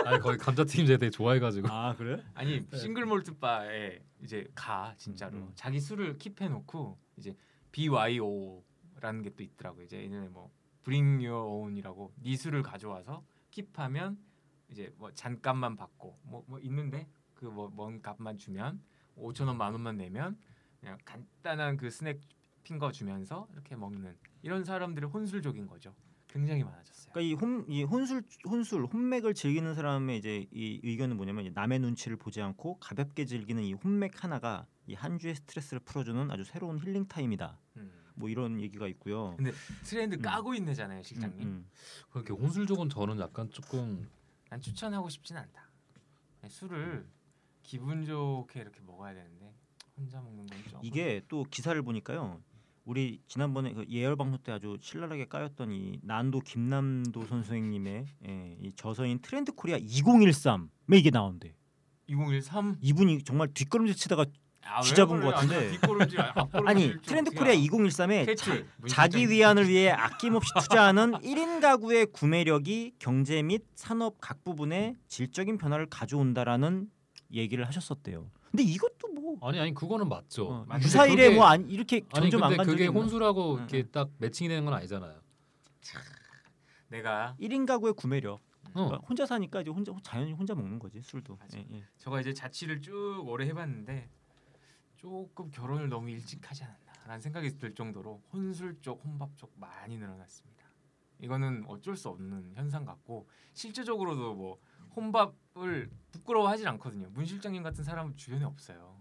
아니 거기 감자튀김 제가 되게 좋아해가지고 아 그래? 아니 싱글 몰트 바에 이제 가 진짜로 음. 자기 술을 킵해 놓고 이제 BYO라는 게 또 있더라고 요 이제 얘네 뭐 Bring Your Own이라고 네 술을 가져와서 킵하면 이제 뭐 잔값만 받고 뭐 뭐 있는데 그 뭐 먼 값만 주면 5천 원 만 원만 내면 그냥 간단한 그 스낵 핑거 주면서 이렇게 먹는 이런 사람들의 혼술적인 거죠 굉장히 많아졌어요. 그러니까 이혼이 혼술 혼술 혼맥을 즐기는 사람의 이제 이 의견은 뭐냐면 이제 남의 눈치를 보지 않고 가볍게 즐기는 이 혼맥 하나가 이 한 주의 스트레스를 풀어주는 아주 새로운 힐링 타임이다. 음. 뭐 이런 얘기가 있고요. 트렌드 까고 있네잖아요 실장님. 음, 음. 그렇게 혼술 쪽은 저는 약간 조금 난 추천하고 싶진 않다. 아니, 술을 기분 좋게 이렇게 먹어야 되는데 혼자 먹는 건 음. 좀. 이게 또 기사를 보니까요. 우리 지난번에 그 예열 방송 때 아주 신랄하게 까였던 이 난도 김남도 선생님의 예, 이 저서인 트렌드 코리아 2013에 이게 나온대. 2013. 이분이 정말 뒷걸음질 치다가 아, 왜 쥐잡은 그래? 것 같은데. 아니, 뒷걸음질 앞걸음질 아니 좀 트렌드 어떻게 코리아 알아? 2013에 퇴출. 자기 위안을 위해 아낌없이 투자하는 1인 가구의 구매력이 경제 및 산업 각 부분에 질적인 변화를 가져온다라는 얘기를 하셨었대요. 근데 이것도 뭐 아니 아니 그거는 맞죠. 어, 맞아요. 유사일에 그게- 뭐 안, 이렇게 아니 점점 근데 안간 적이 그게 있나? 혼술하고 응, 이렇게 딱 매칭이 되는 건 아니잖아요. 어. 내가 1인 가구의 구매력. 어. 그러니까 혼자 사니까 이제 혼자 자연히 혼자 먹는 거지 술도. 맞아. 예, 예. 저가 이제 자취를 쭉 오래 해봤는데 조금 결혼을 너무 일찍 하지 않았나. 라는 생각이 들 정도로 혼술 쪽, 혼밥 쪽 많이 늘어났습니다. 이거는 어쩔 수 없는 현상 같고 실제적으로도 뭐 혼밥을 부끄러워하진 않거든요. 문 실장님 같은 사람은 주변에 없어요.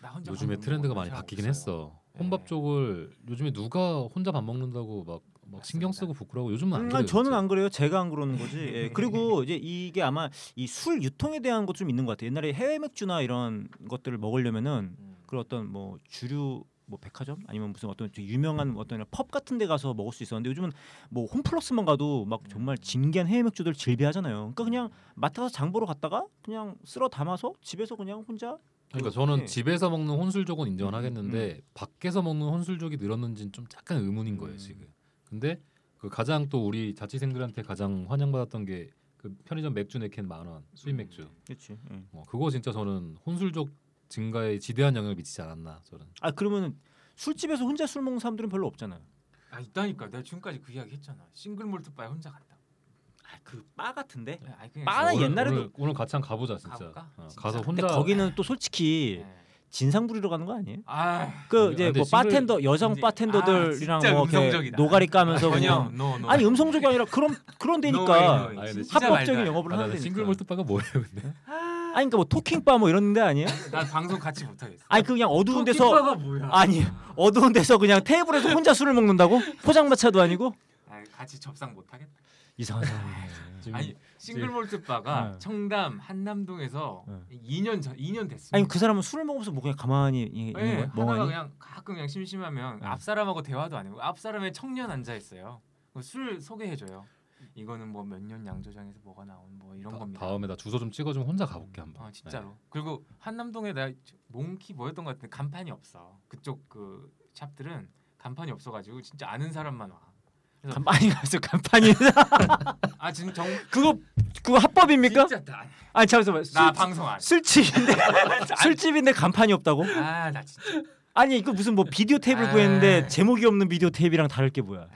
나 혼자 밥 요즘에 먹는 트렌드가 거 많이 사람 없어요. 바뀌긴 했어. 네. 혼밥 쪽을 요즘에 누가 혼자 밥 먹는다고 막, 막뭐 신경 쓰고 부끄러워. 요즘은 안 음, 그래요. 아니, 저는 진짜. 안 그래요. 제가 안 그러는 거지. 예, 그리고 이제 이게 아마 이 술 유통에 대한 것 좀 있는 것 같아요. 옛날에 해외 맥주나 이런 것들을 먹으려면은 음. 그 어떤 뭐 주류 뭐 백화점 아니면 무슨 어떤 되게 유명한 어떤 펍 같은 데 가서 먹을 수 있었는데 요즘은 뭐 홈플러스만 가도 음. 막 정말 진기한 해외 맥주들 질비하잖아요. 그러니까 그냥 마트 가서 장 보러 갔다가 그냥 쓸어 담아서 집에서 그냥 혼자 그러니까 저는 네. 예. 집에서 먹는 혼술 쪽은 인정을 하겠는데 밖에서 먹는 혼술 쪽이 늘었는지는 좀 약간 의문인 거예요 음. 지금. 근데 그 가장 또 우리 자취생들한테 가장 환영받았던 게 그 편의점 맥주 네캔 만 원, 음. 수입 맥주. 그렇지. 예. 어, 그거 진짜 저는 혼술 쪽 증가에 지대한 영향을 미치지 않았나 저는. 아 그러면은 술집에서 혼자 술 먹는 사람들은 별로 없잖아요. 아 있다니까 내가 지금까지 그 이야기 했잖아. 싱글 몰트 바에 혼자 간다. 아, 그 바 같은데. 네. 아니, 그냥 바는 아, 오늘- 서울- 옛날에도- 오늘, 오늘 같이 한번 가보자 진짜. 가볼까? 어, 진짜? 가서 근데 혼자 거기는 또 솔직히 네. 진상 부리러 가는 거 아니에요? 아 그 아니, 이제 근데 뭐 싱글- 바텐더 여성 이제- 아, 바텐더들이랑 진짜 뭐 이렇게 음성적이다. 노가리 까면서 전혀 그냥 no, no. 아니 음성적이 아니라 그런 그런 No way, no 데니까 way. 아, 근데 진짜 합법적인 말도 안 영업을 아, 하는 나 데니까. 싱글 몰트바가 뭐예요 근데? 아니 그러니까 뭐 토킹 바뭐 이런 데 아니에요? 돼. 난 방송 같이 못하겠어. 아니 그 그냥 어두운 데서 토끼바가 뭐야? 아니 어두운 데서 그냥 테이블에서 혼자 술을 먹는다고? 포장마차도 아니고? 아니, 같이 접상 못하겠다. 이상한 사람이네. 지금 아니 싱글몰트바가 네. 청담 한남동에서 네. 2년 전 2년 됐습니다. 아니 그 사람은 술을 먹으면서 뭐 그냥 가만히 이- 있는 예, 거야? 하다가 멍하니? 그냥 가끔 그냥 심심하면 네. 앞 사람하고 대화도 안 해요. 앞 사람에 청년 앉아 있어요. 그술 소개해줘요. 이거는 뭐 몇 년 양조장에서 뭐가 나온 뭐 이런 다- 겁니다. 다음에 나 주소 좀 찍어주면 혼자 가볼게 한번. 네. 아 진짜로. 그리고 한남동에 나 몽키 뭐였던 것 같은데 간판이 없어. 그쪽 그 샵들은 간판이 없어가지고 진짜 아는 사람만 와. 간판이 가서 간판이 아 지금 정 그거 그거 합법입니까? 진짜 나, 아니 잠시만 나 술, 방송 안. 술집인데 술집인데 간판이 없다고? 아나 진짜 아니 그 무슨 뭐 비디오 테이프를 구했는데 아. 제목이 없는 비디오 테이프랑 다를 게 뭐야?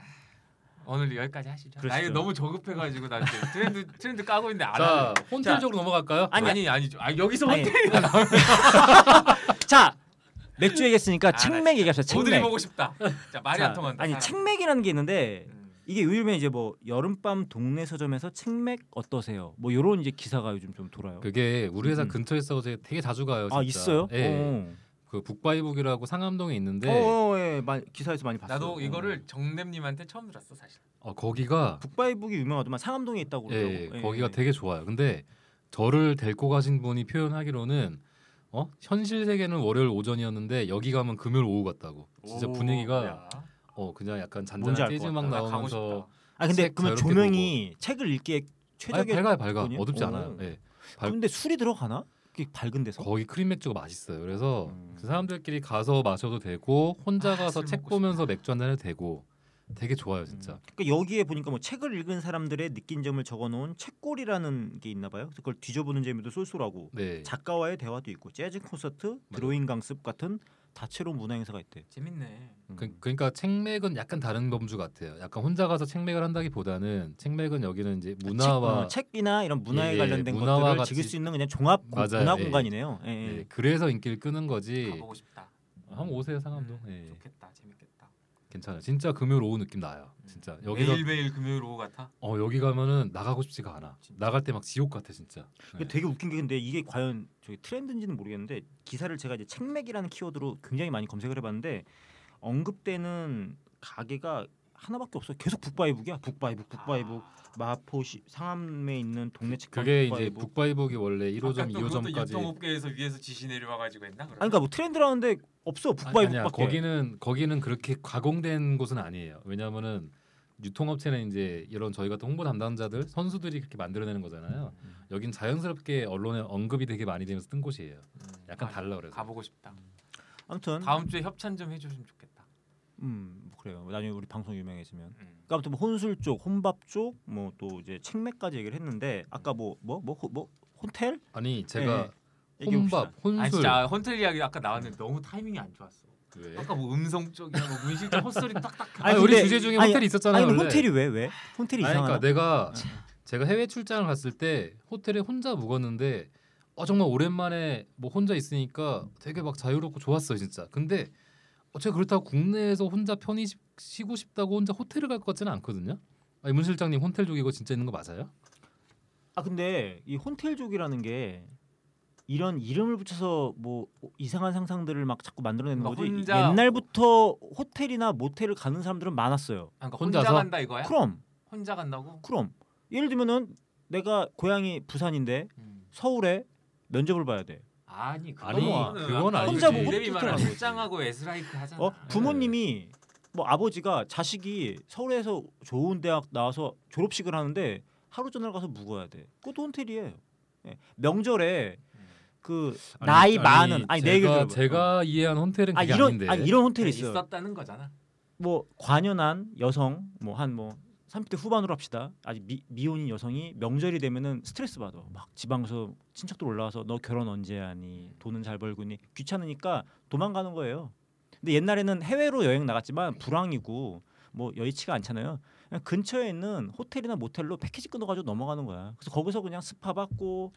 오늘 여기까지 하시죠. 나 이거 그러시죠. 너무 저급해가지고 나 지금 트렌드 트렌드 까고 있는데 안 자 하. 혼텔 쪽으로 넘어갈까요? 아니 아니 아니 아 여기서 아니, 호텔 자 맥주 얘기했으니까 아, 나 책맥 얘기합시다. 오드리 책맥. 보고 싶다. 자 말이 자, 안 통한다. 아니 사람. 책맥이라는 게 있는데 음. 이게 요즘에 이제 뭐 여름밤 동네 서점에서 책맥 어떠세요? 뭐 요런 이제 기사가 요즘 좀 돌아요. 그게 우리 회사 음. 근처에 있어서 되게- 되게 자주 가요. 진짜. 아 있어요? 예. 네. 어. 그 북바이북이라고 상암동에 있는데 어, 어, 예. 많이- 기사에서 많이 봤어요. 나도 어. 이거를 정nem님한테 처음 들었어 사실. 어, 거기가 북바이북이 유명하더만 상암동에 있다고 그러더라고. 예, 예, 거기가 되게 좋아요. 근데 저를 데리고 가신 분이 표현하기로는 어? 현실 세계는 월요일 오전이었는데 여기 가면 금요일 오후 같다고. 진짜 오, 분위기가 야. 어 그냥 약간 뭔지 잔잔한 알것 재즈 막 나 가고 나오면서 싶다. 아 근데 책 그러면 자유롭게 조명이 책을 읽기에 아니, 최적의 밝아요 밝아 조건이에요? 어둡지 오. 않아요. 예. 밝- 근데 술이 들어가나? 이렇게 밝은 데서? 거기 크림 맥주가 맛있어요. 그래서 음. 그 사람들끼리 가서 마셔도 되고 혼자 아, 가서 술 책 먹고 보면서 맥주 한잔 해도 되고 되게 좋아요 진짜. 음. 그러니까 여기에 보니까 뭐 책을 읽은 사람들의 느낀 점을 적어놓은 책골이라는 게 있나 봐요. 그걸 뒤져보는 재미도 쏠쏠하고 네. 작가와의 대화도 있고 재즈 콘서트, 드로잉 강습 같은 다채로운 문화 행사가 있대. 재밌네. 음. 그, 러니까 책맥은 약간 다른 범주 같아요. 약간 혼자 가서 책맥을 한다기보다는 책맥은 여기는 이제 그 문화와 책, 이나 이런 문화에 예, 예. 관련된 문화와 것들을 같이- 즐길 수 있는 그냥 종합 공- 맞아요. 문화 예. 공간이네요. 예, 예. 예, 그래서 인기를 끄는 거지. 가보고 싶다. 한번 오세요 상암동. 음, 예, 좋겠다. 재밌겠다. 음. 괜찮아요. 진짜 금요일 오후 느낌 나요. 진짜 여기서 매일 매일 금요일 오후 같아. 어 여기 가면은 나가고 싶지가 않아. 진짜. 나갈 때 막 지옥 같아 진짜. 이게 예. 되게 웃긴 게 근데 이게 과연 저기 트렌드인지는 모르겠는데 기사를 제가 이제 책맥이라는 키워드로 굉장히 많이 검색을 해봤는데 언급되는 가게가 하나밖에 없어. 계속 북바이북이야. 북바이북, 북바이북. 아, 마포시 상암에 있는 동네 책방 아. 그게 이제 북바이북. 북바이북이 원래 1호점, 통 2호점까지. 업계에서 위에서 지시 내려와가지고 했나? 그러면? 아니 그러니까 뭐 트렌드라는데 없어 아니야, 북바이북밖에. 거기는 거기는 그렇게 가공된 곳은 아니에요. 왜냐하면은 유통업체는 이제 이런 저희 같은 홍보 담당자들 선수들이 그렇게 만들어내는 거잖아요. 음. 여긴 자연스럽게 언론에 언급이 되게 많이 되면서 뜬 곳이에요. 음. 약간 아, 달라 그래서. 가보고 싶다. 아무튼 다음 주에 협찬 좀 해주시면 좋겠다. 음 그래요. 나중에 우리 방송 유명해지면. 음. 그러니까 아무튼 뭐 혼술 쪽, 혼밥 쪽, 뭐 또 이제 책맥까지 얘기를 했는데 아까 뭐 뭐 뭐 뭐, 뭐, 호텔? 아니 제가 네. 얘기해봅시다. 혼밥, 혼술 그 아니 진짜 혼텔 이야기 아까 나왔는데 너무 타이밍이 안 좋았어. 왜? 아까 뭐 음성 쪽이야, 뭐 문실적 헛소리 딱딱. 네. 아니, 아니, 우리 근데- 주제 중에 아니, 호텔이 있었잖아요. 아니 근데 원래. 호텔이 왜 왜? 호텔이 네. 아니, 이상하나? 그러니까 내가 제가 해외 출장을 갔을 때 호텔에 혼자 묵었는데 어, 정말 오랜만에 뭐 혼자 있으니까 되게 막 자유롭고 좋았어요 진짜. 근데 제가 그렇다고 국내에서 혼자 편히 쉬- 쉬고 싶다고 혼자 호텔을 갈 것 같지는 않거든요. 아니, 문 실장님 호텔족 이거 진짜 있는 거 맞아요? 아 근데 이 혼텔족이라는 게 이런 이름을 붙여서 뭐 이상한 상상들을 막 자꾸 만들어내는 뭔가 거지 이- 그러니까 혼자- 옛날부터 호텔이나 모텔을 가는 사람들은 많았어요 아, 그러니까 혼자 혼자서? 간다 이거야? 그럼 혼자 간다고? 그럼 예를 들면은 내가 고향이 부산인데 음. 서울에 면접을 봐야 돼 아니 아니, 그거는 그건 아까 혼자 보고 레비 말한 쫓겨나는 출장하고 에스라이크 하잖아. 어? 부모님이 뭐 아버지가 자식이 서울에서 좋은 대학 나와서 졸업식을 하는데 하루 전날 가서 묵어야 돼 그것도 혼텔이에요 예. 명절에 음. 그 나이 많은 아니 내 얘기를 제가 들어봐요. 제가 이해한 호텔은 아 그게 이런 아닌데. 아니 이런 그냥 호텔이 있어요. 네, 있었다는 거잖아. 뭐 관연한 여성 뭐 한 뭐 30대 후반으로 합시다. 아직 미, 미혼인 여성이 명절이 되면은 스트레스 받아. 막 지방서 친척들 올라와서 너 결혼 언제 하니? 돈은 잘 벌고니? 귀찮으니까 도망가는 거예요. 근데 옛날에는 해외로 여행 나갔지만 불황이고 뭐 여의치가 않잖아요. 그냥 근처에 있는 호텔이나 모텔로 패키지 끊어가지고 넘어가는 거야. 그래서 거기서 그냥 스파 받고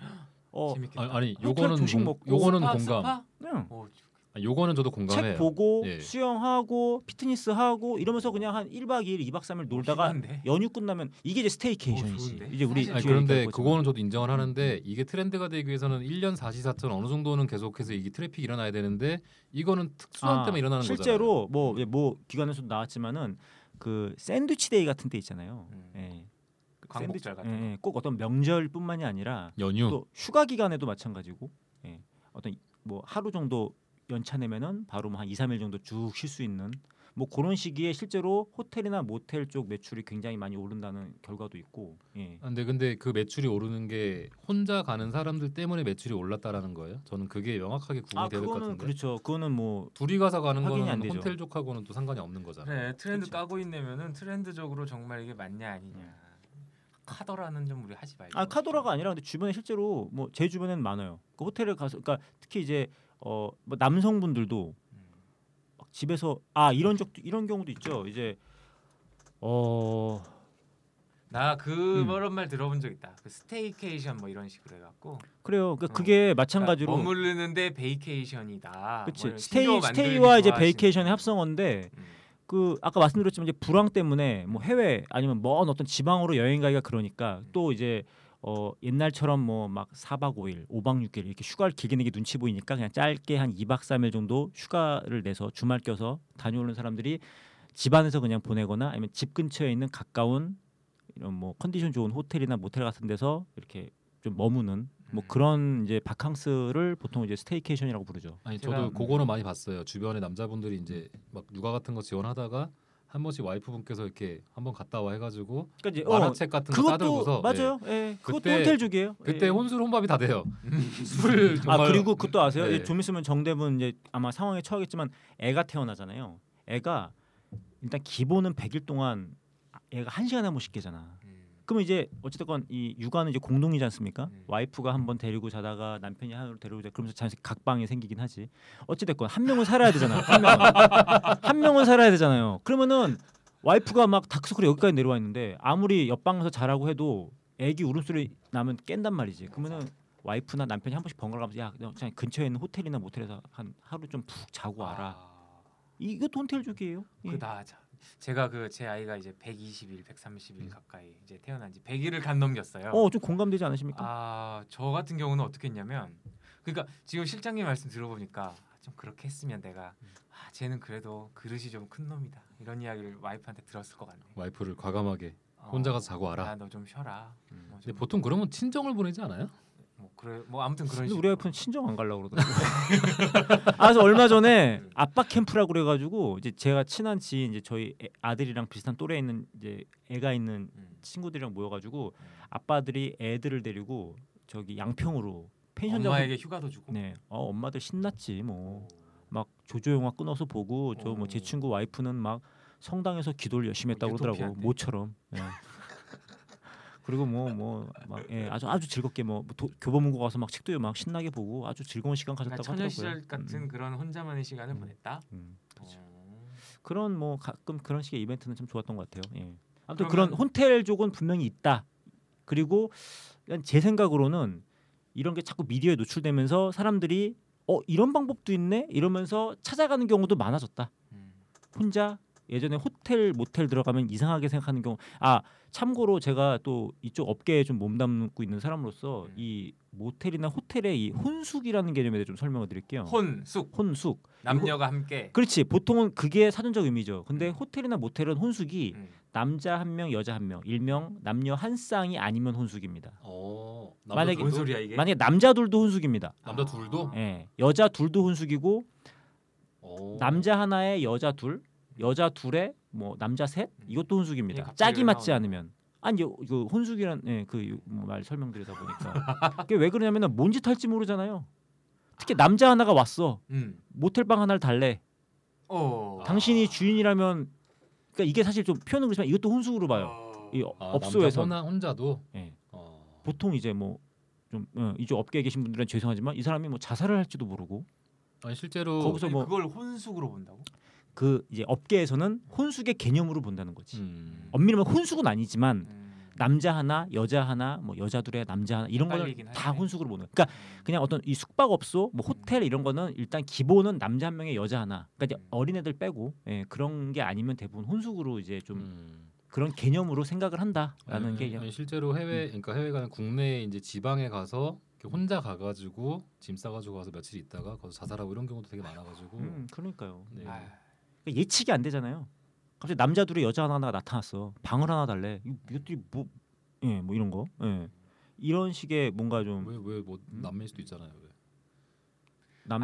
어 재밌겠다. 아니, 아니 호텔 요거는 조식 공, 먹고 요거는 스파, 공감. 스파? 그냥 어, 아, 요거는 저도 공감해요. 책 보고 예. 수영하고 피트니스 하고 이러면서 그냥 한 1박 2일, 2박 3일 놀다가 심한데? 연휴 끝나면 이게 이제 어, 스테이케이션이지. 좋은데? 이제 우리 사실- 아니 뒤에 그런데 얘기할 거지만. 그거는 저도 음, 인정을 하는데 이게 트렌드가 되기 위해서는 1년 44천 어느 정도는 계속해서 이게 트래픽이 일어나야 되는데 이거는 특수한 아, 때만 일어나는 거잖아요. 실제로 뭐뭐 기관에서도 나왔지만은 그 샌드위치 데이 같은 데 있잖아요. 음. 예. 그 광복절 샌드위치- 같은 예, 꼭 어떤 명절뿐만이 아니라 연휴 또 휴가 기간에도 마찬가지고 예. 어떤 뭐 하루 정도 연차 내면은 바로 뭐한 2, 3일 정도 쭉 쉴 수 있는 뭐 그런 시기에 실제로 호텔이나 모텔 쪽 매출이 굉장히 많이 오른다는 결과도 있고 예. 아, 근데 근데 그 매출이 오르는 게 혼자 가는 사람들 때문에 매출이 올랐다라는 거예요. 저는 그게 명확하게 구분이 아 돼야 될 것 그거는 같은데. 그렇죠. 그거는 뭐 둘이 가서 가는 확인이 안 거는 되죠. 혼텔족하고는 또 상관이 없는 거잖아요. 그래 트렌드 그쵸. 까고 있내면은 트렌드적으로 정말 이게 맞냐 아니냐. 카더라는 좀 우리 하지 말고. 아 카도라가 아니라 근데 주변에 실제로 뭐 제 주변에는 많아요. 그 호텔을 가서 그러니까 특히 이제 어뭐 남성분들도 음. 막 집에서 아 이런 적도 이런 경우도 있죠. 이제 어 나 음. 그런 말 들어본 적 있다. 그 스테이케이션 뭐 이런 식으로 해갖고 그래요. 그러니까 어. 그게 마찬가지로 그러니까 머무르는데 베이케이션이다. 그치 뭐 이런 신조어 스테이 스테이와 만들기 이제 좋아하시는 베이케이션의 분들. 합성어인데 음. 그 아까 말씀드렸지만 이제 불황 때문에 뭐 해외 아니면 먼 어떤 지방으로 여행 가기가 그러니까 또 이제 어 옛날처럼 뭐 막 4박 5일, 5박 6일 이렇게 휴가를 길게 내기 눈치 보이니까 그냥 짧게 한 2박 3일 정도 휴가를 내서 주말 껴서 다녀오는 사람들이 집 안에서 그냥 보내거나 아니면 집 근처에 있는 가까운 이런 뭐 컨디션 좋은 호텔이나 모텔 같은 데서 이렇게 좀 머무는 뭐 그런 이제 바캉스를 보통 이제 스테이케이션이라고 부르죠. 아니 제가- 저도 그거는 많이 봤어요. 주변에 남자분들이 이제 막 육아 같은 거 지원하다가 한 번씩 와이프분께서 이렇게 한번 갔다 와 해가지고 그러니까 이제 어, 만화책 같은 거 그것도 싸들고서 맞아요. 예. 그것도 그때- 호텔족이에요. 예. 그때 예. 혼술 혼밥이 다 돼요. 술을 아 정말 그리고 그것도 아세요? 네. 이제 좀 있으면 정대분 이제 아마 상황에 처하겠지만 애가 태어나잖아요. 애가 일단 기본은 100일 동안 애가 한 시간에 한번 씩 깨잖아. 음. 그럼 이제 어쨌건 이 육아는 이제 공동이지 않습니까? 음. 와이프가 한번 데리고 자다가 남편이 하나로 데리고 자 그러면서 잠시 각방이 생기긴 하지. 어찌됐건 한 명은 살아야 되잖아요. 한 명은, 한 명은 살아야 되잖아요. 그러면은 와이프가 막 닥스쿨이 여기까지 내려와 있는데 아무리 옆방에서 자라고 해도 애기 울음소리 나면 깬단 말이지. 그러면은 와이프나 남편이 한 번씩 번갈아가면서 야너 그냥 근처에 있는 호텔이나 모텔에서 한 하루 좀 푹 자고 와라. 아, 이것도 뭐 혼텔족이에요. 예. 그다 자. 제가 그 제 아이가 이제 120일, 130일 가까이 이제 태어난 지 100일을 간 넘겼어요. 음. 어 좀 공감되지 않으십니까? 아, 저 같은 경우는 어떻게 했냐면 그러니까 지금 실장님 말씀 들어보니까 좀 그렇게 했으면 내가 음. 아, 쟤는 그래도 그릇이 좀 큰 놈이다. 이런 이야기를 와이프한테 들었을 것 같네. 와이프를 과감하게 어, 혼자 가서 자고 와라. 너 좀 쉬어라. 음. 뭐, 좀, 근데 보통 그러면 친정을 보내지 않아요? 뭐 그래 뭐 아무튼 그런 근데 식으로. 우리 와이프는 친정 안 가려고 그러더라고. 아, 그래서 얼마 전에 아빠 캠프라고 그래가지고 이제 제가 친한 지인 이제 저희 애- 아들이랑 비슷한 또래 있는 이제 애가 있는 음. 친구들이랑 모여가지고 음. 아빠들이 애들을 데리고 저기 양평으로 펜션 엄마에게 휴가도 주고. 네, 어, 엄마들 신났지 뭐. 오. 막 조조 영화 끊어서 보고 저 뭐 제 오. 친구 와이프는 막 성당에서 기도를 열심히 했다고 그러더라고 뭐 유토피아인데. 모처럼 예. 그리고 뭐 뭐막 예, 아주 아주 즐겁게 뭐 도- 교보문고 가서 막 책도 막 신나게 보고 아주 즐거운 시간 그러니까 가졌다고 처녀 하더라고요 시절 같은 음, 그런 혼자만의 시간을 음. 보냈다. 음. 그렇죠. 어. 그런 뭐 가끔 그런 식의 이벤트는 참 좋았던 것 같아요 예. 아무튼 그러면- 그런 혼텔족은 분명히 있다 그리고 그냥 제 생각으로는 이런 게 자꾸 미디어에 노출되면서 사람들이 어 이런 방법도 있네 이러면서 찾아가는 경우도 많아졌다 음. 혼자 예전에 호텔 모텔 들어가면 이상하게 생각하는 경우 아 참고로 제가 또 이쪽 업계에 좀 몸담고 있는 사람으로서 음. 이 모텔이나 호텔의 이 혼숙이라는 개념에 대해 좀 설명을 드릴게요. 혼숙 혼숙. 남녀가 함께 그렇지. 보통은 그게 사전적 의미죠. 근데 호텔이나 모텔은 혼숙이 음. 남자 한 명, 여자 한 명, 일명 남녀 한 쌍이 아니면 혼숙입니다. 어, 만약에- 남자 뭔 둘도? 소리야 이게? 만약에 남자 둘도 혼숙입니다. 남자 아. 둘도? 예. 여자 둘도 혼숙이고 어. 남자 하나에 여자 둘, 여자 둘에 뭐 남자 셋 음. 이것도 이게 혼숙입니다. 갑자기 짝이 왜 맞지 나오냐. 않으면 아니 요- 그 혼숙이란 예, 그말 설명드리다 보니까 그게 왜 그러냐면은 뭔짓 할지 모르잖아요. 특히 남자 하나가 왔어 음. 모텔방 하나를 달래. 아. 어. 당신이 주인이라면 그러니까 이게 사실 좀 표현은 그렇지만 이것도 혼숙으로 봐요. 어. 이 아, 업소에서 남자 혼자- 혼자도 예. 어. 보통 이제 뭐좀 어, 이쪽 업계에 계신 분들은 죄송하지만 이 사람이 뭐 자살을 할지도 모르고 아니 실제로 거기서 아니, 뭐- 그걸 혼숙으로 본다고? 그 이제 업계에서는 혼숙의 개념으로 본다는 거지. 음. 엄밀하면 혼숙은 아니지만 음. 남자 하나, 여자 하나, 뭐 여자 둘에 남자 하나 이런 거는 헷갈리긴 다 하네. 음. 혼숙으로 보는. 거야. 그러니까 그냥 어떤 이 숙박업소, 뭐 호텔 이런 거는 일단 기본은 남자 한 명에 여자 하나. 그러니까 이제 음. 어린애들 빼고 예, 그런 게 아니면 대부분 혼숙으로 이제 좀 음. 그런 개념으로 생각을 한다라는 음, 아니, 게 음, 아니, 그냥 실제로 해외 그러니까 해외가 아니라 국내 이제 지방에 가서 이렇게 혼자 가가지고 짐 싸가지고 가서 며칠 있다가 거기서 자살하고 이런 경우도 되게 많아가지고 음, 그러니까요. 네. 아, 그러니까 예측이 안 되잖아요. 갑자기 남자 둘에 여자 하나가 나타났어. 방을 하나 달래. 이- 이것들이 뭐 예, 뭐 이런 거. 예. 이런 식의 뭔가 좀 왜왜뭐 남매일 수도 있잖아요. 왜. 아니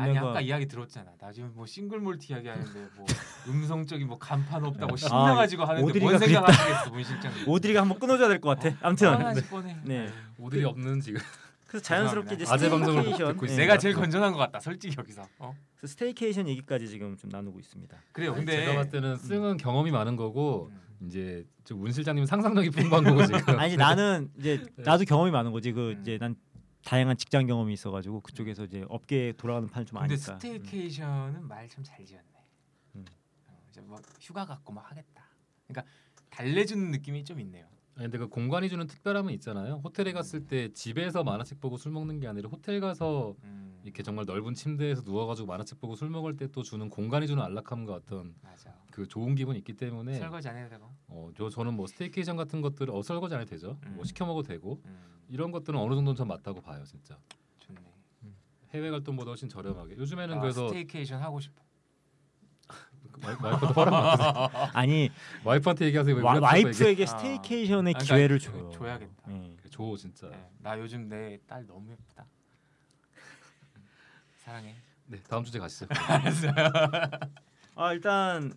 남매가 아까 이야기 들었잖아. 나 지금 뭐 싱글몰티 이야기 하는데 뭐 음성적인 뭐 간판 없다고 아, 신나가지고 하는데 오드리가 뭔 생각하시겠어, 문 실장님? 오드리가 한번 끊어줘야 될 것 같아. 아무튼 화나실 뻔해. 네. 오들이 없는 지금 그래서 자연스럽게 이제 아재 방송을 스테이케이션, 듣고 있어요. 예. 내가 제일 건전한 것 같다. 솔직히 여기서. 어? 그래서 스테이케이션 얘기까지 지금 좀 나누고 있습니다. 그래요. 근데 제가 봤을 때는 승은 경험이 많은 뭐 거고 음. 이제 지금 문 실장님 상상력이 풍부한 거고 지금. 아니 나는 이제 나도 경험이 많은 거지. 그 음. 이제 난 다양한 직장 경험이 있어가지고 그쪽에서 이제 업계에 돌아가는 판을 좀 근데 아니까. 스테이케이션은 말 참 잘 지었네. 음. 어, 이제 막 휴가 갖고 막 하겠다. 그러니까 달래주는 느낌이 좀 있네요. 아니 근데 그 공간이 주는 특별함은 있잖아요. 호텔에 갔을 때 집에서 만화책 보고 술 먹는 게 아니라 호텔 가서 음, 이렇게 정말 넓은 침대에서 누워가지고 만화책 보고 술 먹을 때 또 주는 공간이 주는 안락함과 어떤 맞아. 그 좋은 기분이 있기 네. 때문에 설거지 안 해도 되고. 어, 저 저는 뭐 스테이케이션 같은 것들 어 설거지 안 해도 되죠. 음. 뭐 시켜 먹어도 되고 음, 이런 것들은 어느 정도는 전 맞다고 봐요, 진짜. 좋네. 해외 활동보다 훨씬 저렴하게. 요즘에는 아, 그래서 그 스테이케이션 하고 싶어. 와이- 와이프도 허락 받으세요. 음. 아니 와이프한테 얘기하세요. 왜 와, 우리한테 자꾸 얘기해? 와이프에게 아. 스테이케이션의 아, 그러니까 기회를 줘요. 줘야겠다. 예. 줘 진짜. 네. 네, 나 요즘 내 딸 너무 예쁘다. 사랑해. 네, 다음 주제 가시죠. 아 일단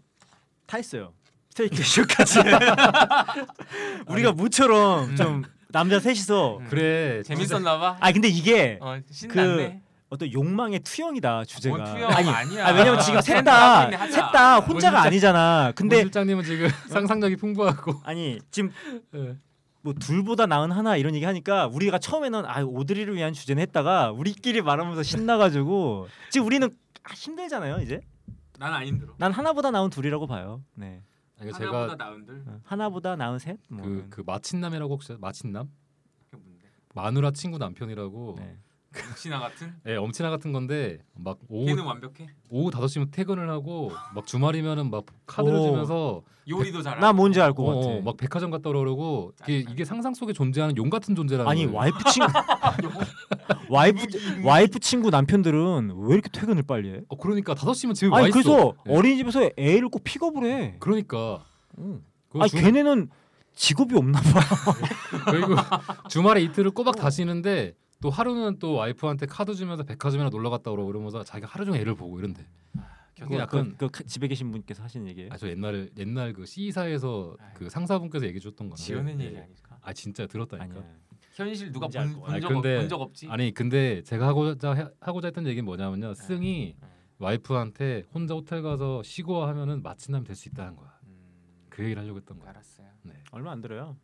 타 있어요. 스테이케이션까지. 우리가 무처럼 좀 남자 셋이서. 음. 그래 뭐 재밌었나 봐. 음. 네, 아 근데 이게 어, 신났네. 어떤 욕망의 투영이다 주제가. 뭔 투영 아니, 아니야. 아, 왜냐면 지금 셋다 셋다 혼자가 혼자- 아니잖아. 근데 근데 실장님은 지금 상상력이 풍부하고 아니 지금 예. 뭐 둘보다 나은 하나 이런 얘기 하니까 우리가 처음에는 아 오드리를 위한 주제는 했다가 우리끼리 말하면서 신나가지고 지금 우리는 아, 힘들잖아요 이제 난안 힘들어. 난 하나보다 나은 둘이라고 봐요 네 아니, 제가 나은들. 어, 하나보다 나은 셋 뭐. 그 음. 그 마친남이라고 혹시 아세요? 마친남 그게 뭔데? 마누라 친구 남편이라고 예 네. 신아 같은? 엄친아 같은 건데 막 오후 걔는 완벽해. 오후 5시면 퇴근을 하고 막 주말이면은 막 카드를 오. 주면서 요리도 잘하고. 나 뭔지 알 것 어, 같아 어, 막 백화점 갔다 오라고 이게, 짜증나. 이게 상상 속에 존재하는 용 같은 존재라는 아니 거예요. 와이프 친구 와이프 와이프 친구 남편들은 왜 이렇게 퇴근을 빨리 해 어, 그러니까 5시면 집에 와 아니 있어. 그래서 네. 어린이집에서 애를 꼭 픽업을 해 그러니까 응. 그거 아니 주- 걔네는 직업이 없나 봐 그리고 주말에 이틀을 꼬박 다시는데 또 하루는 또 와이프한테 카드 주면서 백화점이나 놀러 갔다 오라고 그러면서 자기가 하루 종일 애를 보고 이런데. 그 약간 그거 약간- 그, 그 집에 계신 분께서 하시는 얘기예요. 아 저 옛날에 옛날 그 CE사에서 아이고. 그 상사분께서 얘기해 줬던 건데. 지어낸 네. 얘기 아닐까? 아 진짜 들었다니까. 아니야. 현실 누가 뭔지 알것 같아. 아니, 본적 근데- 본적 없지? 아. 아니 근데 제가 하고자 해- 하고자 했던 얘기는 뭐냐면요. 승이 와이프한테 혼자 호텔 가서 쉬고 하면은 마친남 될 수 있다는 거야. 음, 그 얘기를 하려고 했던 거야. 알았어요. 네. 얼마 안 들어요.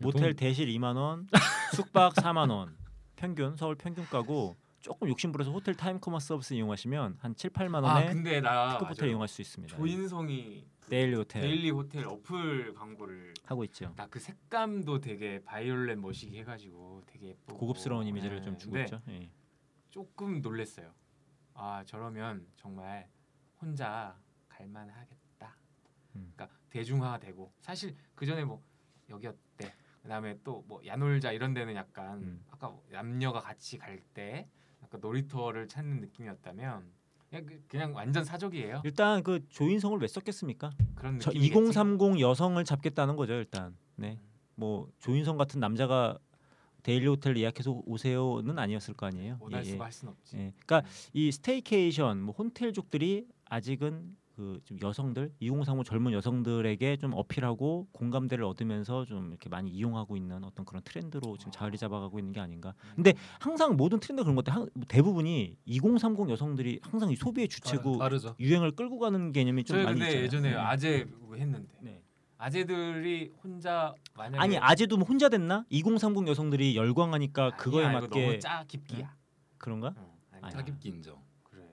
보통- 모텔 대실 2만 원, 숙박 4만 원. 평균 서울 평균가고 조금 욕심 부려서 호텔 타임 커머 서비스 이용하시면 한 7, 8만 아 원에 근데 나 특급 맞아. 호텔 이용할 수 있습니다. 예. 조인성이 데일리 네. 호텔 데일리 호텔 어플 광고를 하고 있죠. 나 그 색감도 되게 바이올렛 머시기 해가지고 되게 예쁘고 고급스러운 이미지를 네, 좀 주고 근데 있죠. 예. 조금 놀랬어요. 아 저러면 정말 혼자 갈 갈만하겠다. 음. 그러니까 대중화되고 사실 그 전에 뭐 여기 어때? 그다음에 또 뭐 야놀자 이런 데는 약간 음. 아까 뭐 남녀가 같이 갈 때 약간 놀이터를 찾는 느낌이었다면 그냥, 그- 그냥 완전 사족이에요. 일단 그 조인성을 왜 썼겠습니까? 그런 저 아. 네, 느낌이겠지. 음, 2030 여성을 잡겠다는 거죠 일단. 네. 뭐 조인성 같은 남자가 데일리 호텔 예약해서 오세요는 아니었을 거 아니에요. 못할 예, 예. 뭐, 수가 할 순 없지. 예. 그러니까 이 스테이케이션, 뭐 혼텔족들이 아직은 그 좀 여성들 2035 젊은 여성들에게 좀 어필하고 공감대를 얻으면서 좀 이렇게 많이 이용하고 있는 어떤 그런 트렌드로 지금 자리 잡아가고 있는 게 아닌가. 근데 항상 모든 트렌드 그런 것 같아. 요 대부분이 2030 여성들이 항상 이 소비의 주체고 빠르죠. 유행을 끌고 가는 개념이 좀 아. 저희 많이 근데 있잖아요. 예전에 네. 아재 그거 했는데 네. 아재들이 혼자 만약에 아니 아재도 뭐 혼자 됐나? 2030 여성들이 열광하니까 아니야, 그거에 이거 너무 맞게 짜 깊기야. 그런가? 응, 어, 아니야. 아니야. 사깁기 인정. 그래.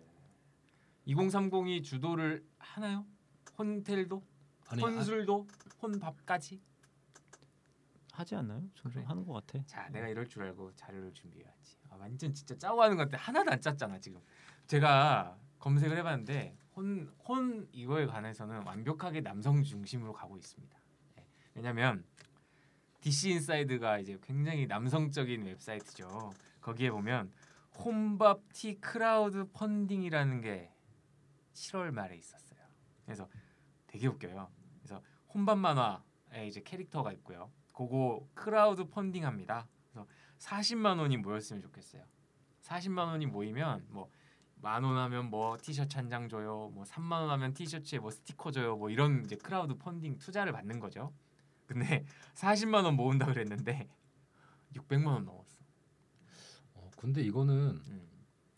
2030이 주도를 하나요? 혼텔도, 아니, 아- 혼술도, 혼밥까지. 하지 않나요? 좀 그래. 하는 것 같아. 음. 자, 내가 이럴 줄 알고 자료를 준비해왔지. 아, 완전 진짜 짜고 하는 건데 하나도 안 짰잖아 지금. 제가 검색을 해봤는데 혼, 혼 이거에 관해서는 완벽하게 남성 중심으로 가고 있습니다. 네. 왜냐하면 DC 인사이드가 이제 굉장히 남성적인 웹사이트죠. 거기에 보면 홈밥 티 크라우드 펀딩이라는 게 7월 말에 있었어요. 그래서 되게 웃겨요. 그래서 혼밥 만화에 이제 캐릭터가 있고요. 그거 크라우드 펀딩합니다. 그래서 40만 원이 모였으면 좋겠어요. 40만 원이 모이면 뭐 만 원 하면 뭐 티셔츠 한 장 줘요. 뭐 3만 원 하면 티셔츠에 뭐 스티커 줘요. 뭐 이런 이제 크라우드 펀딩 투자를 받는 거죠. 근데 40만 원 모은다 그랬는데 600만 원 넘었어. 어, 근데 이거는 음.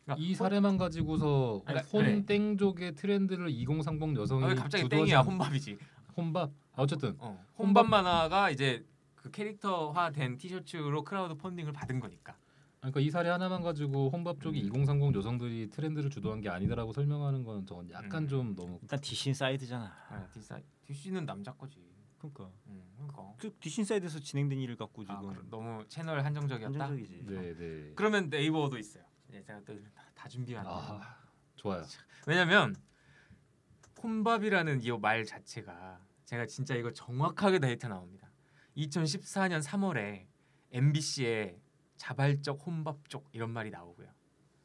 그러니까 이 혼- 사례만 가지고서 아니, 그래. 혼땡족의 트렌드를 2030 여성이 아, 왜 갑자기 주도하지 땡이야 않- 혼밥이지. 혼밥. 아, 어쨌든 어. 혼밥- 혼밥 만화가 이제 그 캐릭터화된 티셔츠로 크라우드 펀딩을 받은 거니까. 그러니까 이 사례 하나만 가지고 혼밥 음. 쪽이 2030 여성들이 트렌드를 주도한 게 아니다라고 설명하는 건 전 약간 음. 좀 너무 일단 디신 사이드잖아. 아, 디사 DC는 남자 거지. 그러니까 음, 그러니까. 그 디신 사이드에서 진행된 일을 갖고 아, 지금 그럼 너무 채널 한정적이었다. 한정적이지. 네, 네. 그러면 네이버도 있어요. 네, 제가 또다 다 준비하는. 요 아, 좋아요. 왜냐면 홈밥이라는 이 말 자체가 제가 진짜 이거 정확하게 데이터 나옵니다. 2014년 3월에 MBC에 자발적 혼밥 쪽 이런 말이 나오고요.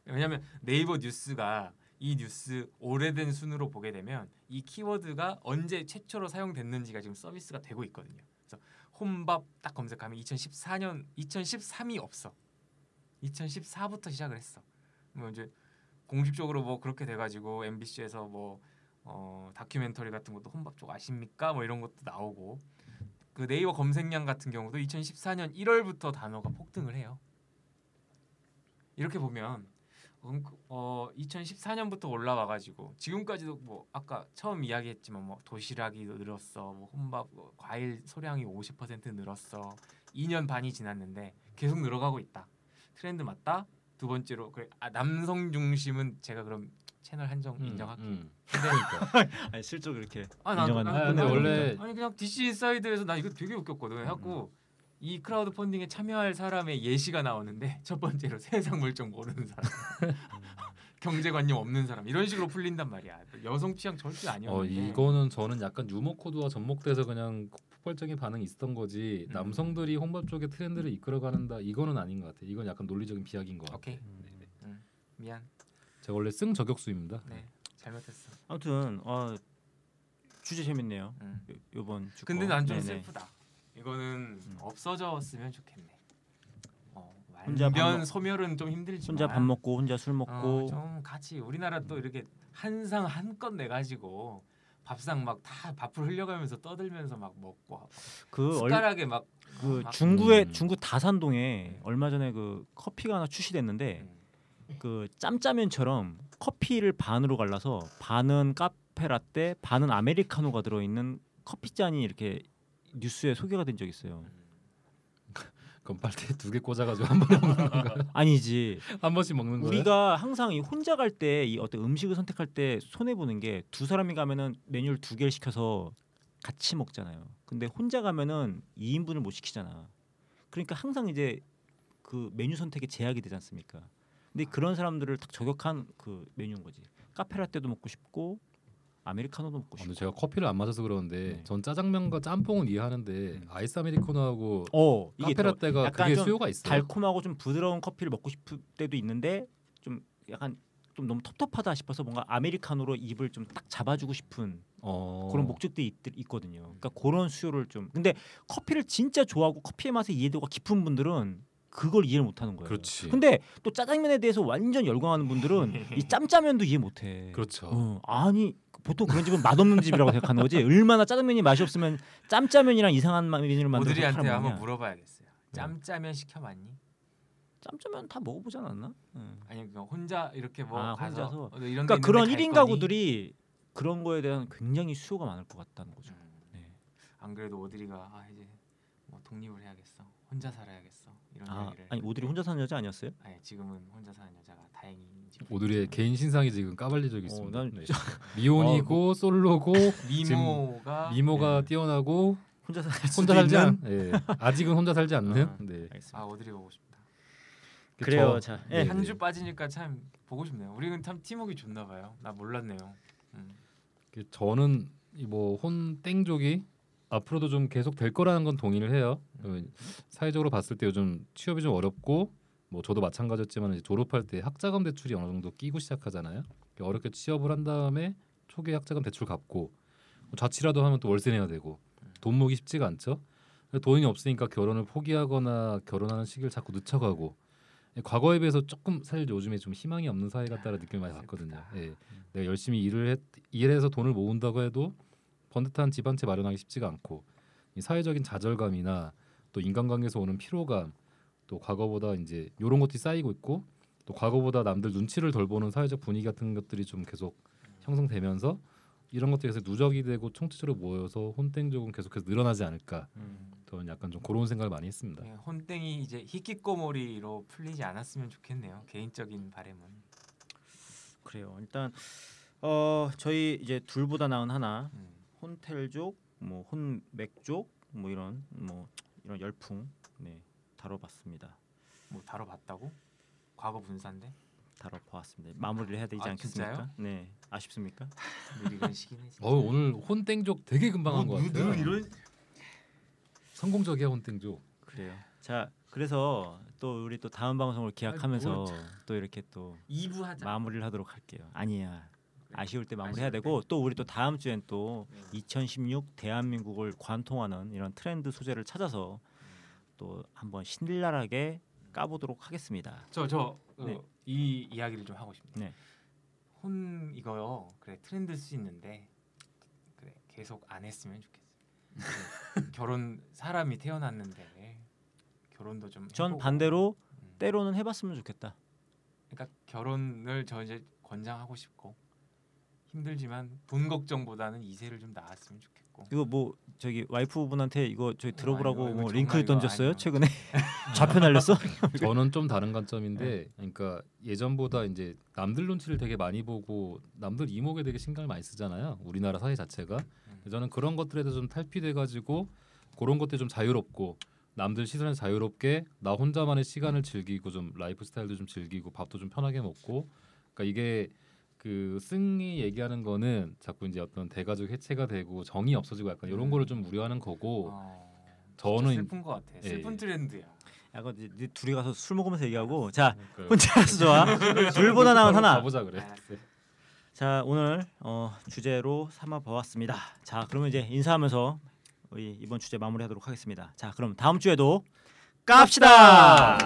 왜냐면 네이버 뉴스가 이 뉴스 오래된 순으로 보게 되면 이 키워드가 언제 최초로 사용됐는지가 지금 서비스가 되고 있거든요. 그래서 혼밥 딱 검색하면 2014년 2013이 없어. 2014부터 시작을 했어. 뭐 이제 공식적으로 뭐 그렇게 돼가지고 MBC에서 뭐 어, 다큐멘터리 같은 것도 혼밥 쪽 아십니까? 뭐 이런 것도 나오고 그 네이버 검색량 같은 경우도 2014년 1월부터 단어가 폭등을 해요. 이렇게 보면 음, 그, 어, 2014년부터 올라와가지고 지금까지도 뭐 아까 처음 이야기했지만 뭐 도시락이 늘었어, 뭐 혼밥 뭐 과일 소량이 50% 늘었어, 2년 반이 지났는데 계속 늘어가고 있다. 트렌드 맞다. 두 번째로 그래 아, 남성 중심은 제가 그럼 채널 한정 음, 인정할게요. 음. 그러니까. 아니 실적 이렇게 아, 나, 인정하는 나, 거. 근데 나- 원래- 아니 그냥 DC 사이드에서 나 이거 되게 웃겼거든. 해갖고 음. 이 크라우드 펀딩에 참여할 사람의 예시가 나오는데 첫 번째로 세상 물정 모르는 사람, 경제관념 없는 사람 이런 식으로 풀린단 말이야. 여성 취향 절대 네. 어, 아니었는데. 이거는 저는 약간 유머 코드와 접목돼서 그냥 폭발적인 반응이 있었던 거지 음. 남성들이 혼밥 쪽의 트렌드를 음. 이끌어가는다 이거는 아닌 것 같아. 이건 약간 논리적인 비약인 것 같아. 오케이 음. 미안. 제가 원래 승 저격수입니다. 네 잘못했어. 아무튼 어, 주제 재밌네요. 음. 요- 요번 주. 근데 거. 난 좀 어, 네네. 슬프다. 이거는 음. 없어졌으면 좋겠네. 어, 혼자 밥 완전 먹- 소멸은 좀 힘들지만 혼자 밥 먹고 혼자 술 아. 어, 먹고 좀 같이 우리나라 또 이렇게 한상 한껏 내 가지고 밥상 막 다 밥풀 흘려가면서 떠들면서 막 먹고 그, 얼, 숟가락에 네. 막 그 막- 중구에 음. 중구 다산동에 얼마 전에 그 커피가 하나 출시됐는데 음. 그 짬짜면처럼 커피를 반으로 갈라서 반은 카페라떼 반은 아메리카노가 들어있는 커피잔이 이렇게 뉴스에 소개가 된 적 있어요. 그럼 빨대 두 개 꽂아가지고 한 번에 먹는 건가? 아니지 한 번씩 먹는 거예요? 우리가 항상 이 혼자 갈 때 이 어떤 음식을 선택할 때 손해 보는 게 두 사람이 가면은 메뉴를 두 개를 시켜서 같이 먹잖아요. 근데 혼자 가면은 2인분을 못 시키잖아. 그러니까 항상 이제 그 메뉴 선택에 제약이 되지 않습니까? 그 근데 그런 사람들을 딱 저격한 그 메뉴인 거지. 카페라떼도 먹고 싶고 아메리카노도 먹고 어, 근데 싶고. 제가 커피를 안 마셔서 그러는데 네. 음. 전 짜장면과 짬뽕은 이해하는데 아이스 아메리카노하고 어 이게 더 카페라떼가 약간 그게 좀 수요가 있어요. 네. 달콤하고 좀 부드러운 커피를 먹고 싶을 때도 있는데 좀 약간 좀 너무 텁텁하다 싶어서 뭔가 아메리카노로 입을 좀 딱 잡아주고 싶은 어. 그런 목적도 있, 있거든요. 그러니까 그런 수요를 좀 근데 커피를 진짜 좋아하고 커피의 맛에 이해도가 깊은 분들은 그걸 이해를 못하는 거예요. 그렇지. 근데 또 짜장면에 대해서 완전 열광하는 분들은 이 짬짜면도 이해 못해. 그렇죠. 어, 아니 보통 그런 집은 맛없는 집이라고 생각하는 거지. 얼마나 짜장면이 맛이 없으면 짬짜면이랑 이상한 메뉴를 만들어서 오드리한테 팔아먹냐. 네. 한번 물어봐야겠어요. 짬짜면 시켜봤니? 짬짜면 다 먹어보지 않았나? 응. 아니 그냥 혼자 이렇게 뭐 아, 가서 혼자서? 어, 너 이런 데 그러니까 그런 있는데 갈 1인 거니? 가구들이 그런 거에 대한 굉장히 수요가 많을 것 같다는 거죠. 음, 네. 안 그래도 오드리가 아 이제 뭐 독립을 해야겠어. 혼자 살아야겠어. 이런 아, 얘기를. 아니 오드리 혼자 사는 여자 아니었어요? 아니 지금은 혼자 사는 여자가 다행히 이제 오드리의 개인 신상이 지금 까발리적이 어, 있습니다. 난 네. 진짜 미혼이고 솔로고 미모가 미모가 네. 뛰어나고 혼자 살 수도 혼자 살지 있는? 않. 예. 아직은 혼자 살지 않는. 아. 네. 알겠습니다. 아 오드리가 오고 싶다. 그래요. 저- 자, 네. 예. 한 주 빠지니까 참 보고 싶네요. 우리는 참 팀워크 좋나 봐요. 나 몰랐네요. 음. 그 저는 이뭐혼 땡족이 앞으로도 좀 계속 될 거라는 건 동의를 해요. 그 사회적으로 봤을 때 요즘 취업이 좀 어렵고 뭐 저도 마찬가지였지만 이제 졸업할 때 학자금 대출이 어느 정도 끼고 시작하잖아요. 어렵게 취업을 한 다음에 초기 학자금 대출 갚고 뭐 자취라도 하면 또 월세 내야 되고 돈 모기 쉽지가 않죠. 돈이 없으니까 결혼을 포기하거나 결혼하는 시기를 자꾸 늦춰가고 예, 과거에 비해서 조금 사실 요즘에 좀 희망이 없는 사회 같다는 느낌을 많이 받거든요. 슬프다. 예. 내가 열심히 일을 했, 일해서 돈을 모은다고 해도 번듯한 집 한 채 마련하기 쉽지가 않고 이 사회적인 좌절감이나 또 인간관계에서 오는 피로감 또 과거보다 이제 이런 것들이 쌓이고 있고 또 과거보다 남들 눈치를 덜 보는 사회적 분위기 같은 것들이 좀 계속 형성되면서 이런 것들이 계속 누적이 되고 총체적으로 모여서 혼땡족은 계속해서 늘어나지 않을까 저는 약간 좀 그런 생각을 많이 했습니다. 예, 혼땡이 이제 히키꼬모리로 풀리지 않았으면 좋겠네요. 개인적인 바램은. 그래요. 일단 어 저희 이제 둘보다 나은 하나 음. 혼텔족, 뭐 혼맥족, 뭐 이런 뭐 이런 열풍 네 다뤄봤습니다. 뭐 다뤄봤다고? 과거 분산데 다뤄보았습니다. 마무리를 해야 되지 아, 않겠습니까? 진짜요? 네 아쉽습니까? 늘뭐 이런 시기네. 진짜. 어 오늘 혼땡족 되게 금방 한 뭐, 것 같아요. 누드 이런 성공적이야 혼땡족. 그래요. 자 그래서 또 우리 또 다음 방송을 아니, 기약하면서 뭘 또 이렇게 또 2부 하자. 마무리를 하도록 할게요. 아니야. 아쉬울 때 마무리해야 아쉬울 때. 되고 또 우리 또 다음 주엔 또 음. 2016 대한민국을 관통하는 이런 트렌드 소재를 찾아서 또 한번 신랄하게 까보도록 하겠습니다. 저저이 어, 네. 이야기를 좀 하고 싶네요. 네. 혼 이거요. 그래 트렌드 수 있는데 그래 계속 안 했으면 좋겠어. 요 결혼 사람이 태어났는데 결혼도 좀. 전 해보고. 반대로 음. 때로는 해봤으면 좋겠다. 그러니까 결혼을 저 이제 권장하고 싶고 힘들지만 돈 걱정보다는 이세를 좀 나았으면 좋겠고. 이거 뭐 저기 와이프분한테 이거 저희 어, 들어보라고 아니요, 이거 뭐 정말 링크를 이거 던졌어요 아니에요. 최근에 좌표 날렸어? 저는 좀 다른 관점인데 그러니까 예전보다 이제 남들 눈치를 되게 많이 보고 남들 이목에 되게 신경을 많이 쓰잖아요. 우리나라 사회 자체가 음. 저는 그런 것들에 대해서 좀 탈피돼 가지고 그런 것들 좀 자유롭고 남들 시선에 자유롭게 나 혼자만의 시간을 즐기고 좀 라이프 스타일도 좀 즐기고 밥도 좀 편하게 먹고 그러니까 이게 그 승이 얘기하는 거는 자꾸 이제 어떤 대가족 해체가 되고 정이 없어지고 약간 네. 이런 거를 좀 우려하는 아, 거고 어, 뭐 저는 진짜 슬픈 것 같아. 예, 슬픈 예. 트렌드야. 약간 이제 네 둘이 가서 술 먹으면서 얘기하고 자 네. 그러니까요. 혼자서 좋아 그러니까. 둘보다 나은 바로 하나 가보자 그래. 자 오늘 어, 주제로 삼아 보았습니다. 자 그러면 이제 인사하면서 우리 이번 주제 마무리하도록 하겠습니다. 자 그럼 다음 주에도 깝시다.